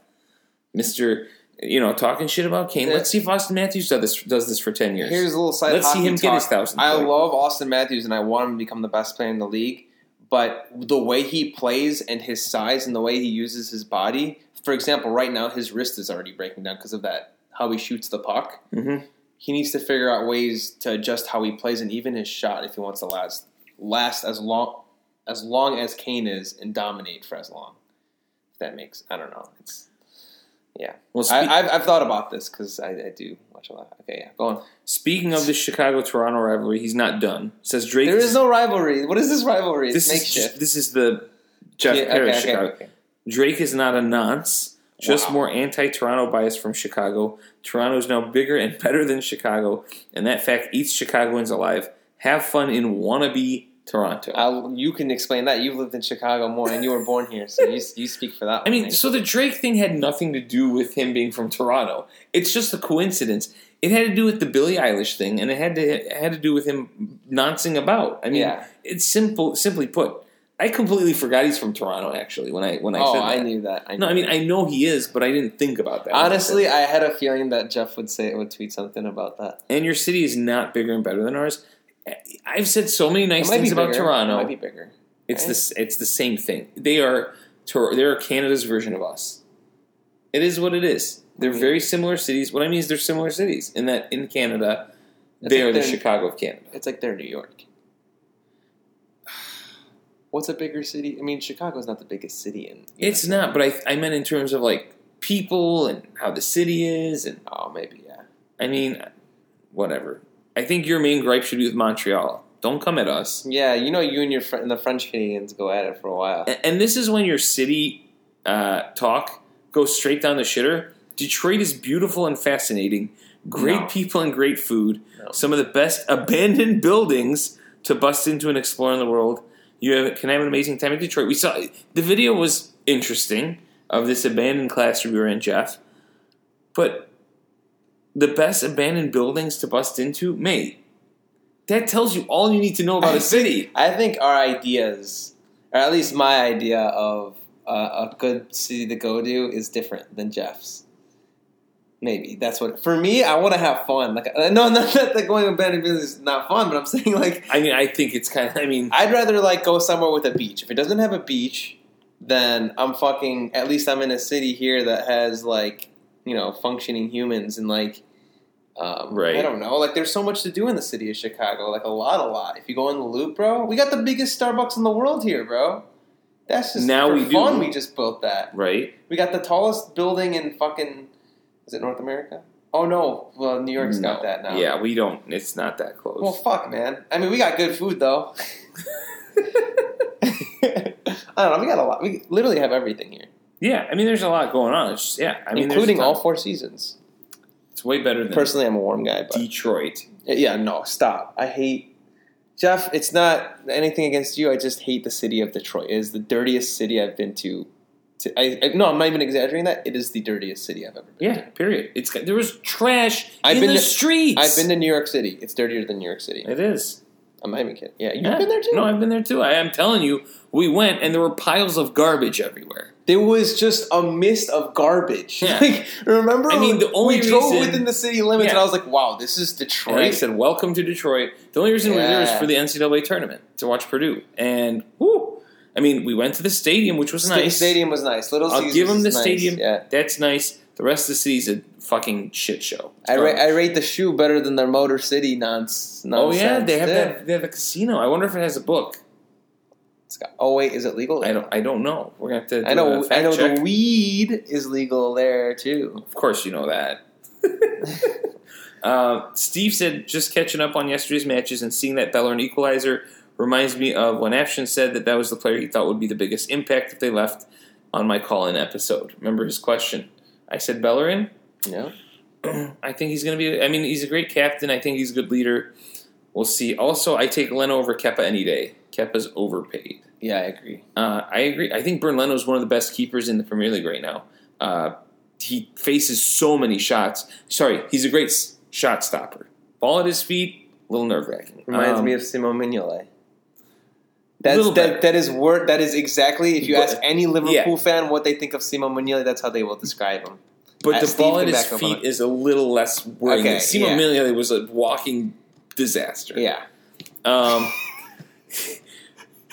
Mister. You know, talking shit about Kane.
Yeah.
Let's see if Austin Matthews does this does this for ten years.
Here's a little side.
Let's see
hockey
him get his
talk.
1,000
I
point.
love Austin Matthews, and I want him to become the best player in the league. but the way he plays and his size and the way he uses his body, for example, right now his wrist is already breaking down because of that how he shoots the puck.
Mhm.
He needs to figure out ways to adjust how he plays and even his shot if he wants to last last as long as long as Kane is and dominate for as long. If that makes I don't know. It's yeah.
Well, spe-
I, I've, I've thought about this because I, I do watch a lot. Okay, yeah, go on.
speaking of the Chicago Toronto rivalry, he's not done. Says Drake.
There is no rivalry. What is this rivalry?
This
it's
is
makeshift.
just, this is the Jeff
Yeah, okay,
Parrish
okay,
Chicago.
okay.
Drake is not a nonce. Just
Wow.
more anti-Toronto bias from Chicago. Toronto is now bigger and better than Chicago, and that fact eats Chicagoans alive. Have fun in wannabe Toronto.
I'll, you can explain that. You've lived in Chicago more, and you were born here, so you, you speak for
I
that. one,
mean,
right?
so the Drake thing had nothing to do with him being from Toronto. It's just a coincidence. It had to do with the Billie Eilish thing, and it had to it had to do with him noncing about. I mean,
Yeah.
it's simple. Simply put, I completely forgot he's from Toronto. Actually, when I when I
oh,
said
I
that.
knew that. I knew
No, I mean
that.
I know he is, but I didn't think about that.
honestly, I had a feeling that Jeff would say would tweet something about that.
and your city is not bigger and better than ours. I've said so many
It
nice
might be
things about
bigger.
Toronto.
It might be bigger.
It's
Right?
this. It's the same thing. They are. Tor- They are Canada's version of us. It is what it is. They're
Mhm.
very similar cities. What I mean is they're similar cities in that in Canada,
It's
they
like
are the
they're-
Chicago of Canada.
It's like they're New York. What's a bigger city? I mean, Chicago's not the biggest city in.
It's not, but I I meant in terms of like people and how the city is, and
Oh, maybe yeah.
I mean, whatever. I think your main gripe should be with Montreal. Don't come at us.
Yeah, you know, you and your friend, the French Canadians go at it for a while.
A- and this is when your city uh, talk goes straight down the shitter. Detroit is beautiful and fascinating. Great
No.
people and great food.
No.
Some of the best abandoned buildings to bust into and explore in the world. You have, can have an amazing time in Detroit. We saw the video was interesting of this abandoned classroom we were in, Jeff. But the best abandoned buildings to bust into, mate. That tells you all you need to know about a city.
I think our ideas, or at least my idea of uh, a good city to go to, is different than Jeff's. Maybe that's what for me. I want to have fun. Like, uh, no, not that like going to abandoned buildings is not fun, but I'm saying like
I mean, I think it's kind of. I mean,
I'd rather like go somewhere with a beach. If it doesn't have a beach, then I'm fucking. At least I'm in a city here that has like you know functioning humans and like. Um,
Right.
I don't know. Like, there's so much to do in the city of Chicago. Like, a lot, a lot. If you go in the Loop, bro, we got the biggest Starbucks in the world here, bro. That's just
Now
for
we do.
fun. We just built that.
right?
We got the tallest building in fucking. Is it North America? Oh no! Well, New York's
No.
got that now.
Yeah, we don't. It's not that close.
Well, fuck, man. I mean, we got good food though. I don't know. We got a lot. We literally have everything here,
yeah, I mean, there's a lot going on. It's just, yeah, I mean, there's
including
a ton.
all four seasons.
It's way better than
Personally, I'm a warm guy, but
Detroit.
yeah, no, stop. I hate Jeff. It's not anything against you. I just hate the city of Detroit. It is the dirtiest city I've been to. to I, I, no, I'm not even exaggerating that. It is the dirtiest city I've ever been.
Yeah, period. It's got- there was trash
I've
in
been
the
to-
streets.
I've been to New York City. It's dirtier than New York City.
It is.
I'm not even kidding. Yeah, you've
Yeah.
been there too.
No, I've been there too. I am telling you, we went and there were piles of garbage everywhere.
There was just a mist of garbage.
Yeah.
Like, remember?
I mean, the only
we drove
reason-
within the city limits,
Yeah.
and I was like, "Wow, this is
And
Detroit."
I said, "Welcome to Detroit." The only reason we were there is
Yeah.
for the NCAA tournament to watch Purdue, and whoo, I mean, we went to the stadium, which was
Sta-
nice.
Stadium was nice. Little
I'll
Caesars
give them the
is nice.
stadium.
Yeah,
That's nice. The rest of the city's a fucking shit show.
I, ra- I rate the shoe better than their Motor City nonce.
Oh
nonsense.
yeah, they have
Yeah.
that. They have a casino. I wonder if it has a book.
It's got- oh wait, is it legal?
I don't. I don't know. We're gonna have to. Do
I know.
A fact
I know.
check.
The weed is legal there too.
of course, you know that. uh, Steve said, just catching up on yesterday's matches and seeing that Bellerin equalizer reminds me of when Afshin said that that was the player he thought would be the biggest impact if they left on my call-in episode. Remember his question? I said Bellerin.
No.
I think he's going to be. I mean, he's a great captain. I think he's a good leader. We'll see. Also, I take Leno over Keppa any day. Keppa's overpaid.
Yeah, I agragree.
Uh, I agree. I think Bernleno is one of the best keepers in the Premier League right now. Uh, he faces so many shots. Sorry, he's a great s- shot stopper. Ball at his feet, a little nerve wracking.
Reminds me of Simon Mignolet. That's,
Um, Little
that,
bit.
that is word. That is exactly. If you
But-
ask any Liverpool fan what they think of Simon Mignolet, that's how they will describe him.
but
uh,
the
Steve
ball
can
at his
back up on
feet is a little less worrying.
Okay,
Simon
yeah.
Mignolet was a walking disaster.
Yeah.
Um,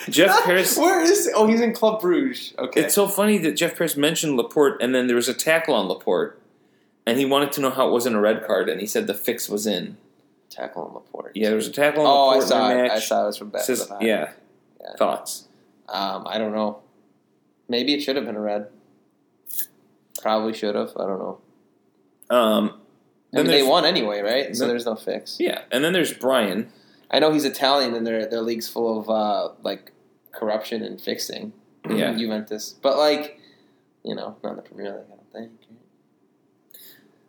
Jeff Paris.
Where is? Oh, he's in Club Bruges. Okay.
It's so funny that Jeff Paris mentioned Laporte, and then there was a tackle on Laporte, and he wanted to know how it wasn't a red card, and he said the fix was in.
tackle and Laporte.
Yeah, there was a tackle on
Oh, I
Laporte
saw.
in the
It.
match.
I saw it was from back.
Says-
to back.
yeah.
Yeah.
Thoughts?
Um, I don't know. Maybe it should have been a red. Probably should have. I don't know.
Um,
I mean,
Then
they
there's-
won anyway, right? So
No.
there's no fix.
yeah, and then there's Brian.
I know he's Italian, and their their league's full of uh, like corruption and fixing.
Yeah.
Juventus, but like you know, not in the Premier League. I don't think.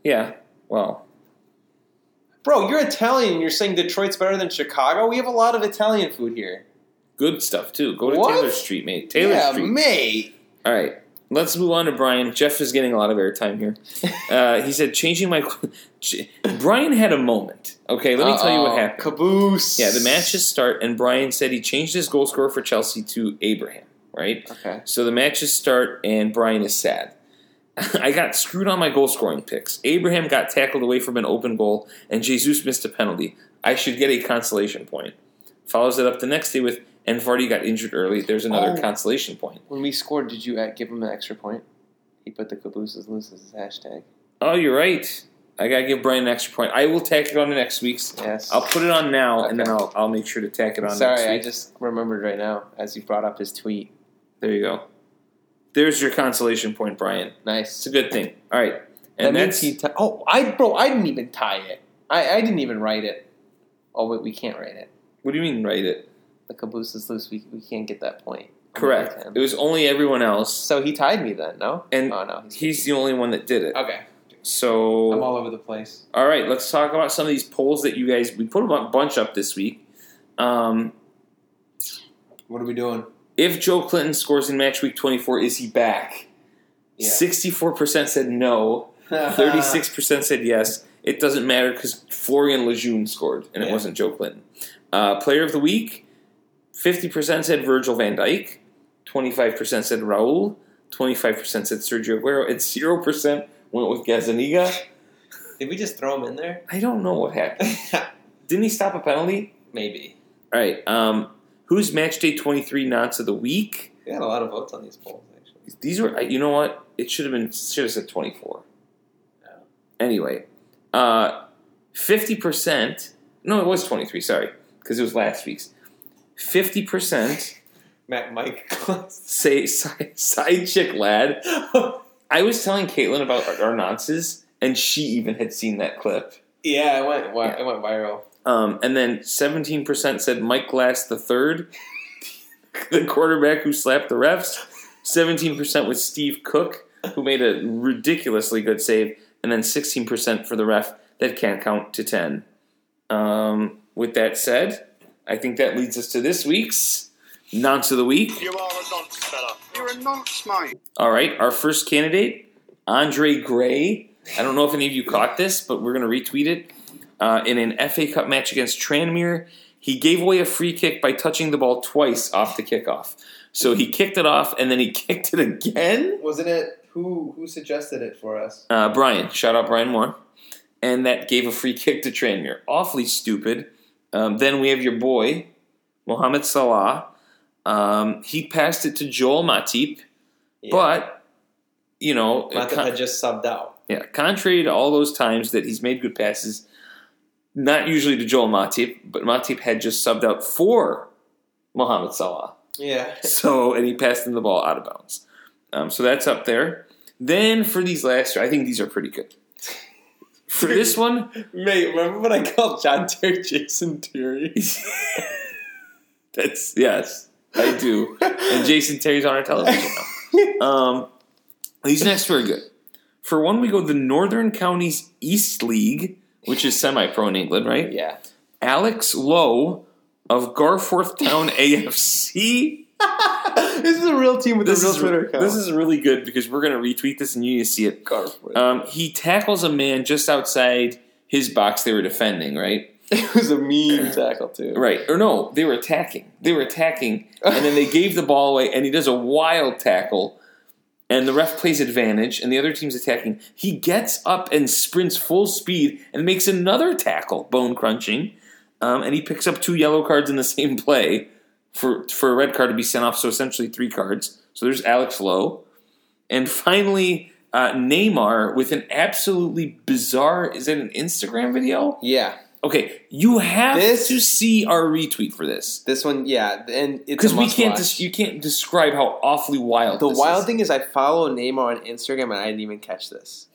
Yeah, well,
Bro, you're Italian. and You're saying Detroit's better than Chicago. We have a lot of Italian food here.
good stuff too. Go to
What?
Taylor Street, mate. Taylor
yeah,
Street.
mate.
All right, let's move on to Brian. Jeff is getting a lot of airtime here. Uh, he said, "Changing my." Ch- Brian had a moment. Okay, let me tell you what
Uh-oh.
happened.
Uh, Caboose.
Yeah, the matches start, and Brian said he changed his goal scorer for Chelsea to Abraham, right?
Okay.
So the matches start, and Brian is sad. I got screwed on my goal scoring picks. Abraham got tackled away from an open goal, and Jesus missed a penalty. I should get a consolation point. Follows it up the next day with, and Vardy got injured early. There's another
Oh.
consolation point.
When we scored, did you uh, give him an extra point? He put the caboose as loose as his hashtag.
Oh, you're right. I gotta give Brian an extra point. I will tack it on to next week's.
Yes.
I'll put it on now, and then
Okay.
I'll, I'll make sure to tack it on. next
Sorry,
week.
I just remembered right now as you brought up his tweet.
There you go. There's your consolation point, Brian. It's
Nice.
a good thing. All right,
that
and
means
that's
he. T- oh, I bro, I didn't even tie it. I, I didn't even write it. Oh wait, we can't write it.
what do you mean? Write it
The caboose is loose. We, we can't get that point.
correct.
Okay.
It was only everyone else,
So he tied me then, no?
and
oh no,
he's the only one that did it.
okay. I'm
So,
all over the place.
all right, let's talk about some of these polls that you guys we put a bu- bunch up this week. Um,
What are we doing?
if Joe Clinton scores in match week 24, is he back?
Yeah.
64% said no. 36% said yes. It doesn't matter because Florian Lejeune scored, and it
Yeah.
wasn't Joe Clinton. Uh, player of the week, 50% said Virgil van Dyke, 25% said Raul, 25% said Sergio Aguero, and 0% went with Gazaniga.
Did we just throw him in there?
I don't know what happened. Didn't he stop a penalty?
Maybe.
All right. Um, who's match day 23 knots of the week?
We got a lot of votes on these polls, actually.
These were, you know what? It should have been, should have said 24.
Yeah.
Anyway, uh, 50%, no, it was 23, sorry, because it was last week's. 50%
Matt Mike.
say side, side chick lad. I was telling Caitlin about our, our nonces, and she even had seen that clip.
yeah, it went, wi-
Yeah.
it went viral.
Um, and then 17% said Mike Glass the third, the quarterback who slapped the refs. 17% was Steve Cook, who made a ridiculously good save. And then 16% for the ref that can't count to 10. Um, with that said, I think that leads us to this week's Nonce of the Week.
You are a nonce, fella. You're a nonce, mate.
All right, our first candidate, Andre Gray. I don't know if any of you caught this, but we're going to retweet it. Uh, in an FA Cup match against Tranmere, he gave away a free kick by touching the ball twice off the kickoff. So he kicked it off and then he kicked it again.
Wasn't it who who suggested it for us?
Uh, Brian, shout out Brian Moore. And that gave a free kick to Tranmere. Awfully stupid. Um, then we have your boy, Mohamed Salah. Um, he passed it to Joel Matip, but, you know.
Matip
con-
had just subbed out.
Yeah, contrary to all those times that he's made good passes, not usually to Joel Matip, but Matip had just subbed out for Mohamed Salah.
Yeah.
So, and he passed him the ball out of bounds. Um, so that's up there. Then for these last, I think these are pretty good. For this one,
Mate, remember when I called John Terry Jason Terry?
that's yes, I do. And Jason Terry's on our television now. Um, these next two are good. For one, we go the Northern Counties East League, which is semi-pro in England, right?
yeah.
Alex Lowe of Garforth Town AFC.
this is a real team with
This
a real
is,
Twitter account.
this is really good because we're going to retweet this and you need to see it.
Garfield.
Um, he tackles a man just outside his box they were defending, right?
it was a mean tackle too.
Right. Or no, they were attacking. They were attacking and then they gave the ball away and he does a wild tackle and the ref plays advantage and the other team's attacking. He gets up and sprints full speed and makes another tackle, bone crunching. Um, and he picks up two yellow cards in the same play for for a red card to be sent off. So essentially three cards. So there's Alex Lowe, and finally uh, Neymar with an absolutely bizarre. Is it an Instagram video?
Yeah,
Okay, you have
This-
to see our retweet for this
this one. Yeah, and it's
because
because
we can't. Dis- you can't describe how awfully wild.
the
this
wild
is.
thing is, I follow Neymar on Instagram, and I didn't even catch this.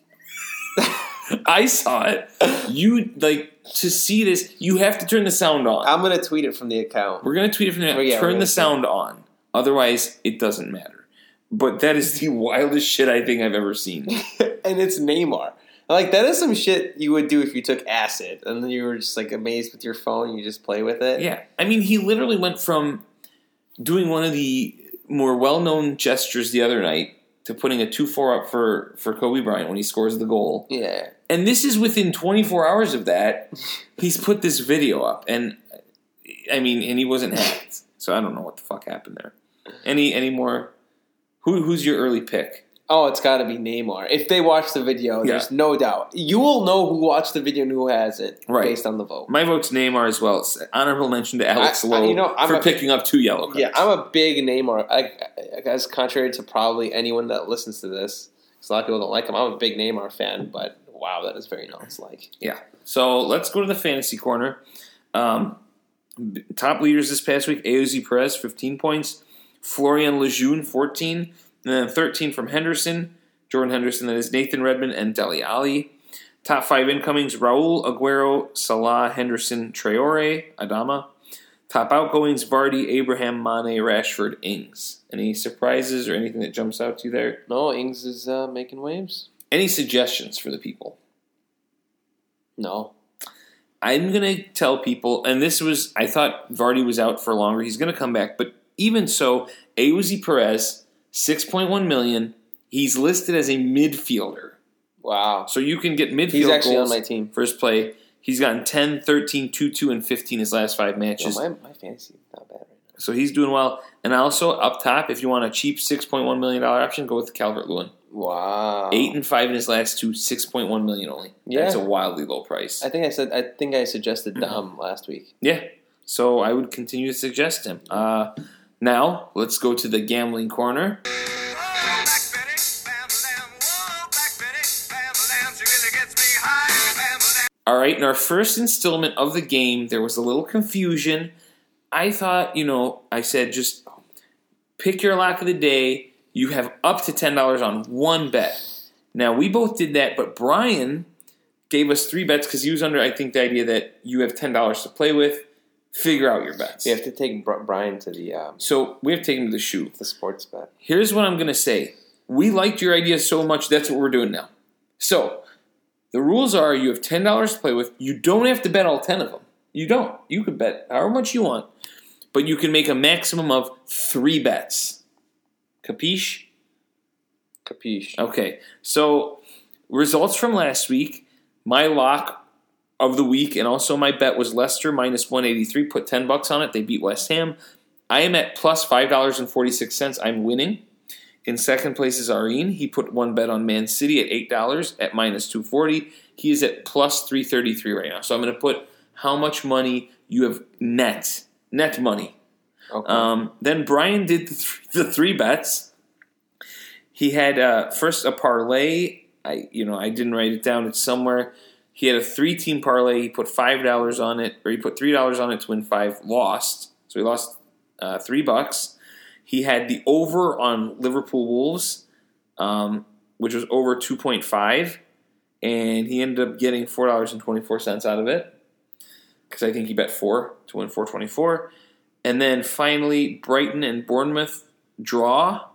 I saw it. You like to see this? You have to turn the sound on.
I'm gonna tweet it from the account.
We're gonna tweet it from there.
Well, Oh, yeah, we're
Turn
gonna
the
say-
sound on. Otherwise, it doesn't matter. But that is the wildest shit I think I've ever seen.
and it's Neymar. Like that is some shit you would do if you took acid and then you were just like amazed with your phone and you just play with it.
yeah, I mean, he literally went from doing one of the more well-known gestures the other night to putting a two-four up for for Kobe Bryant when he scores the goal.
Yeah.
And this is within 24 hours of that, he's put this video up, and I mean, and he wasn't hacked, so I don't know what the fuck happened there. Any any more? Who who's your early pick?
Oh, it's got to be Neymar. If they watch the video,
Yeah.
there's no doubt. You will know who watched the video and who hasn't
Right.
based on the vote.
My vote's Neymar as well. It's honorable mention to Alex
I- I-
Lowe
you know, I'm
for
a-
picking up two yellow cards.
Yeah, I'm a big Neymar. I, I- as contrary to probably anyone that listens to this, because a lot of people don't like him. I'm a big Neymar fan, but wow, that is very Nels-like.
Yeah. So let's go to the fantasy corner. Um, b- top leaders this past week: Aoz Perez, fifteen points; Florian Lejeune, fourteen, and then thirteen from Henderson, Jordan Henderson. That is Nathan Redmond and Deli Ali. Top five incomings: Raul Aguero, Salah, Henderson, Traore, Adama. Top outgoings: Vardy, Abraham, Mane, Rashford, Ings. Any surprises or anything that jumps out to you there?
No, Ings is uh, making waves.
Any suggestions for the people?
No,
I'm going to tell people, and this was, I thought Vardy was out for longer. He's going to come back. But even so, Awuzie Perez, 6.1 million, he's listed as a midfielder.
wow,
So you can get midfield
he's actually
goals
on my team.
first play. He's gotten 10, 13, 2, 2, and 15 his last five
Yeah,
matches.
my, my fantasy is not bad right now.
so he's doing well. And also, up top, if you want a cheap $6.1 million option, go with Calvert Lewin.
Wow.
8 and 5 in his last two, $6.1 million only.
Yeah.
That's a wildly low price.
I think I said. I think I suggested
Mm-hmm.
Dom last week.
Yeah. So I would continue to suggest him. Uh, now let's go to the gambling corner. All right. In our first installment of the game, there was a little confusion. I thought, you know, I said just pick your lock of the day. You have up to ten dollars on one bet. Now we both did that, but Brian gave us three bets because he was under, I think, the idea that you have ten dollars to play with. Figure out your bets.
We have to take Br- Brian to the um,
So we have taken to the shoe.
the sports bet.
here's what I'm going to say. We liked your idea so much, that's what we're doing now. So, the rules are you have $10 to play with. You don't have to bet all 10 of them. You don't. You could bet however much you want, but you can make a maximum of three bets. Capiche?
Capiche.
Okay. So, results from last week my lock of the week and also my bet was Leicester minus 183. Put 10 bucks on it. They beat West Ham. I am at plus $5.46. I'm winning. In second place is Areen. He put one bet on Man City at $8 at minus 240. He is at plus 333 right now. So I'm going to put how much money you have net, net money.
Okay.
Um, then Brian did the, th- the three bets. He had uh, first a parlay. I you know I didn't write it down. It's somewhere. He had a three team parlay. He put five dollars on it, or he put three dollars on it to win five. Lost, so he lost uh, three bucks. He had the over on Liverpool Wolves, um, which was over two point five, and he ended up getting four dollars and twenty four cents out of it because I think he bet four to win four twenty four. And then finally, Brighton and Bournemouth draw.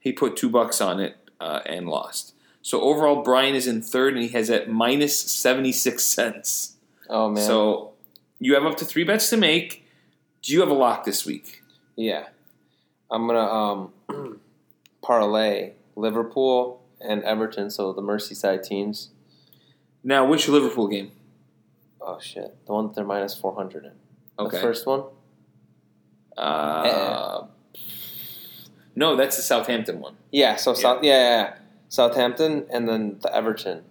He put two bucks on it uh, and lost. So overall, Brian is in third and he has at minus 76 cents.
oh man.
So you have up to three bets to make. Do you have a lock this week?
yeah, I'm gonna um, parlay Liverpool and Everton. So the Merseyside teams.
Now, which Liverpool game?
Oh shit, the one that they're minus four hundred in.
Okay.
The first one.
Uh,
Eh.
no, that's the Southampton one.
Yeah. So South. Yeah, yeah, yeah. Southampton and then the Everton.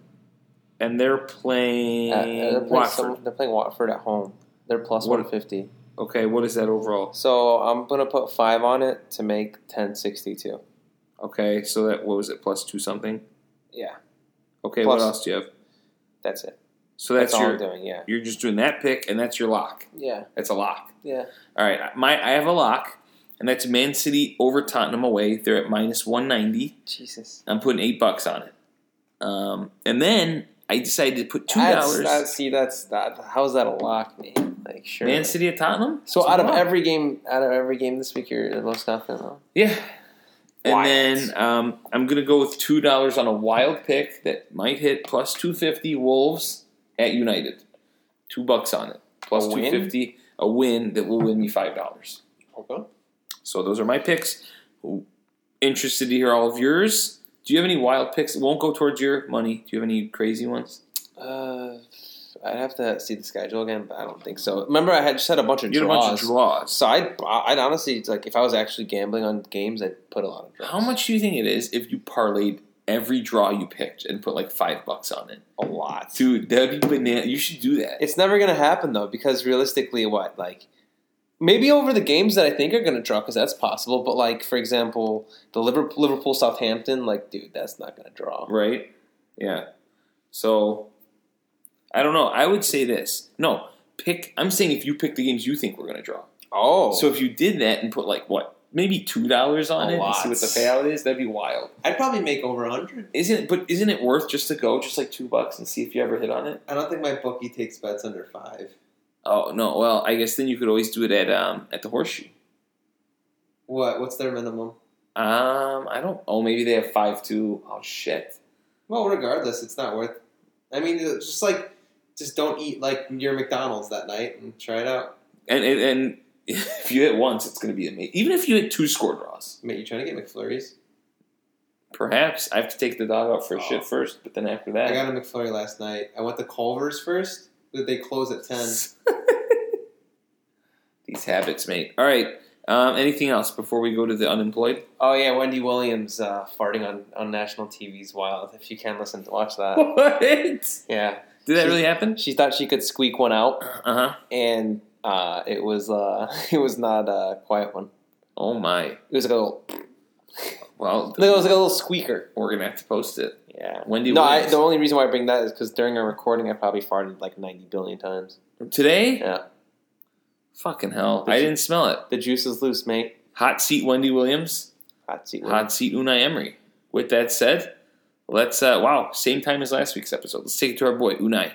And they're playing
Uh, they're, playing
Watford.
some- they're playing Watford at home. They're plus
What-
one fifty.
Okay, what is that overall?
So I'm gonna put five on it to make 1062.
Okay, so that what was it? Plus two something.
Yeah,
Okay,
Plus-
what else do you have?
that's it.
So
That's,
that's,
all
your
I'm doing. Yeah,
you're just doing that pick, and that's your lock.
yeah,
That's a lock.
yeah.
All right, my I have a lock, and that's Man City over Tottenham away. They're at minus one ninety.
Jesus.
I'm putting eight bucks on it. Um, and then I decided to put two
That's- that-
dollars.
See, that's that. How's that a lock, man? Like sure.
Man City at Tottenham.
So
It's a
out of
lock.
every game, out of every game this week, you're the most nothing. Though.
yeah. And
Wild.
then um, I'm gonna go with two dollars on a wild pick that might hit plus two fifty Wolves at United. Two bucks on it. Plus
A
two
win?
fifty. A win that will win me five dollars.
Okay.
So those are my picks. Interested to hear all of yours. Do you have any wild picks that won't go towards your money? Do you have any crazy ones?
Uh, I'd have to see the schedule again, but I don't think so. Remember, I had just had a bunch of
You had a
draws.
bunch of draws.
So I'd, I'd honestly it's like if I was actually gambling on games, I'd put a lot of draws.
How much do you think it is if you parlayed every draw you picked and put like five bucks on it?
A lot.
Dude, that'd be banana. You should do that.
It's never gonna happen though, because realistically, what like maybe over the games that I think are gonna draw, because that's possible. But like for example, the Liverpool, Liverpool Southampton, like dude, that's not gonna draw.
Right? Yeah. So I don't know. I would say this. No, pick. I'm saying if you pick the games you think we're going to draw.
Oh,
So
so
if you did that and put like what? Maybe two dollars on
A
it and
lot.
see what the payout is. That'd be wild.
I'd probably make over hundred.
Isn't it, but isn't it worth just to go just like two bucks and see if you ever hit on it?
I don't think my bookie takes bets under five.
Oh no! Well, I guess then you could always do it at um at the horseshoe.
What? What's their minimum?
Um, I don't. Oh, maybe they have five two. Oh shit!
Well, regardless, it's not worth. I mean, it's just like, just don't eat like your McDonald's that night and try it out.
And and, and if you hit once, it's gonna be amazing. Even if you hit two score draws,
Mate, you trying to get McFlurries?
perhaps I have to take the dog out for a
Oh.
shit first, but then after
I
that,
got a McFlurry last night. I went to Culver's first. but They close at ten.
these habits, mate. All right. Um, anything else before we go to the unemployed?
Oh yeah, Wendy Williams uh, farting on, on national TV's wild. If you can listen to watch that,
What? Did
yeah.
that really happen?
She thought she could squeak one out,
Uh huh.
and uh, it was uh, it was not a quiet one.
Oh my.
It was like a little,
Well,
it was like a little squeaker.
we're gonna have to post it.
Yeah.
Wendy.
No, I,
Williams.
the only reason why I bring that is because during our recording, I probably farted like ninety billion times.
Today?
Yeah.
Fucking hell.
Did
I
you-
didn't smell it.
The juice is loose, mate.
Hot seat Wendy Williams.
Hot seat.
Hot seat Unai Emery. With that said, let's, uh, wow, same time as last week's episode. Let's take it to our boy, Unai.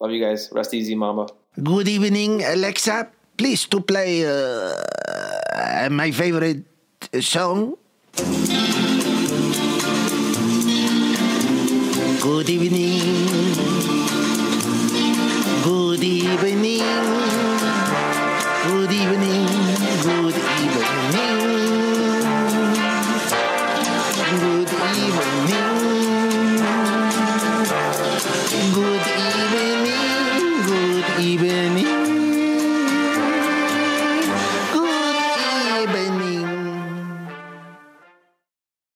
Love you guys. Rest easy, mama.
Good evening, Alexa. Please to play uh, my favorite song. Good evening. Good evening. Good evening. Good evening. Good evening. Good evening, good evening, good evening.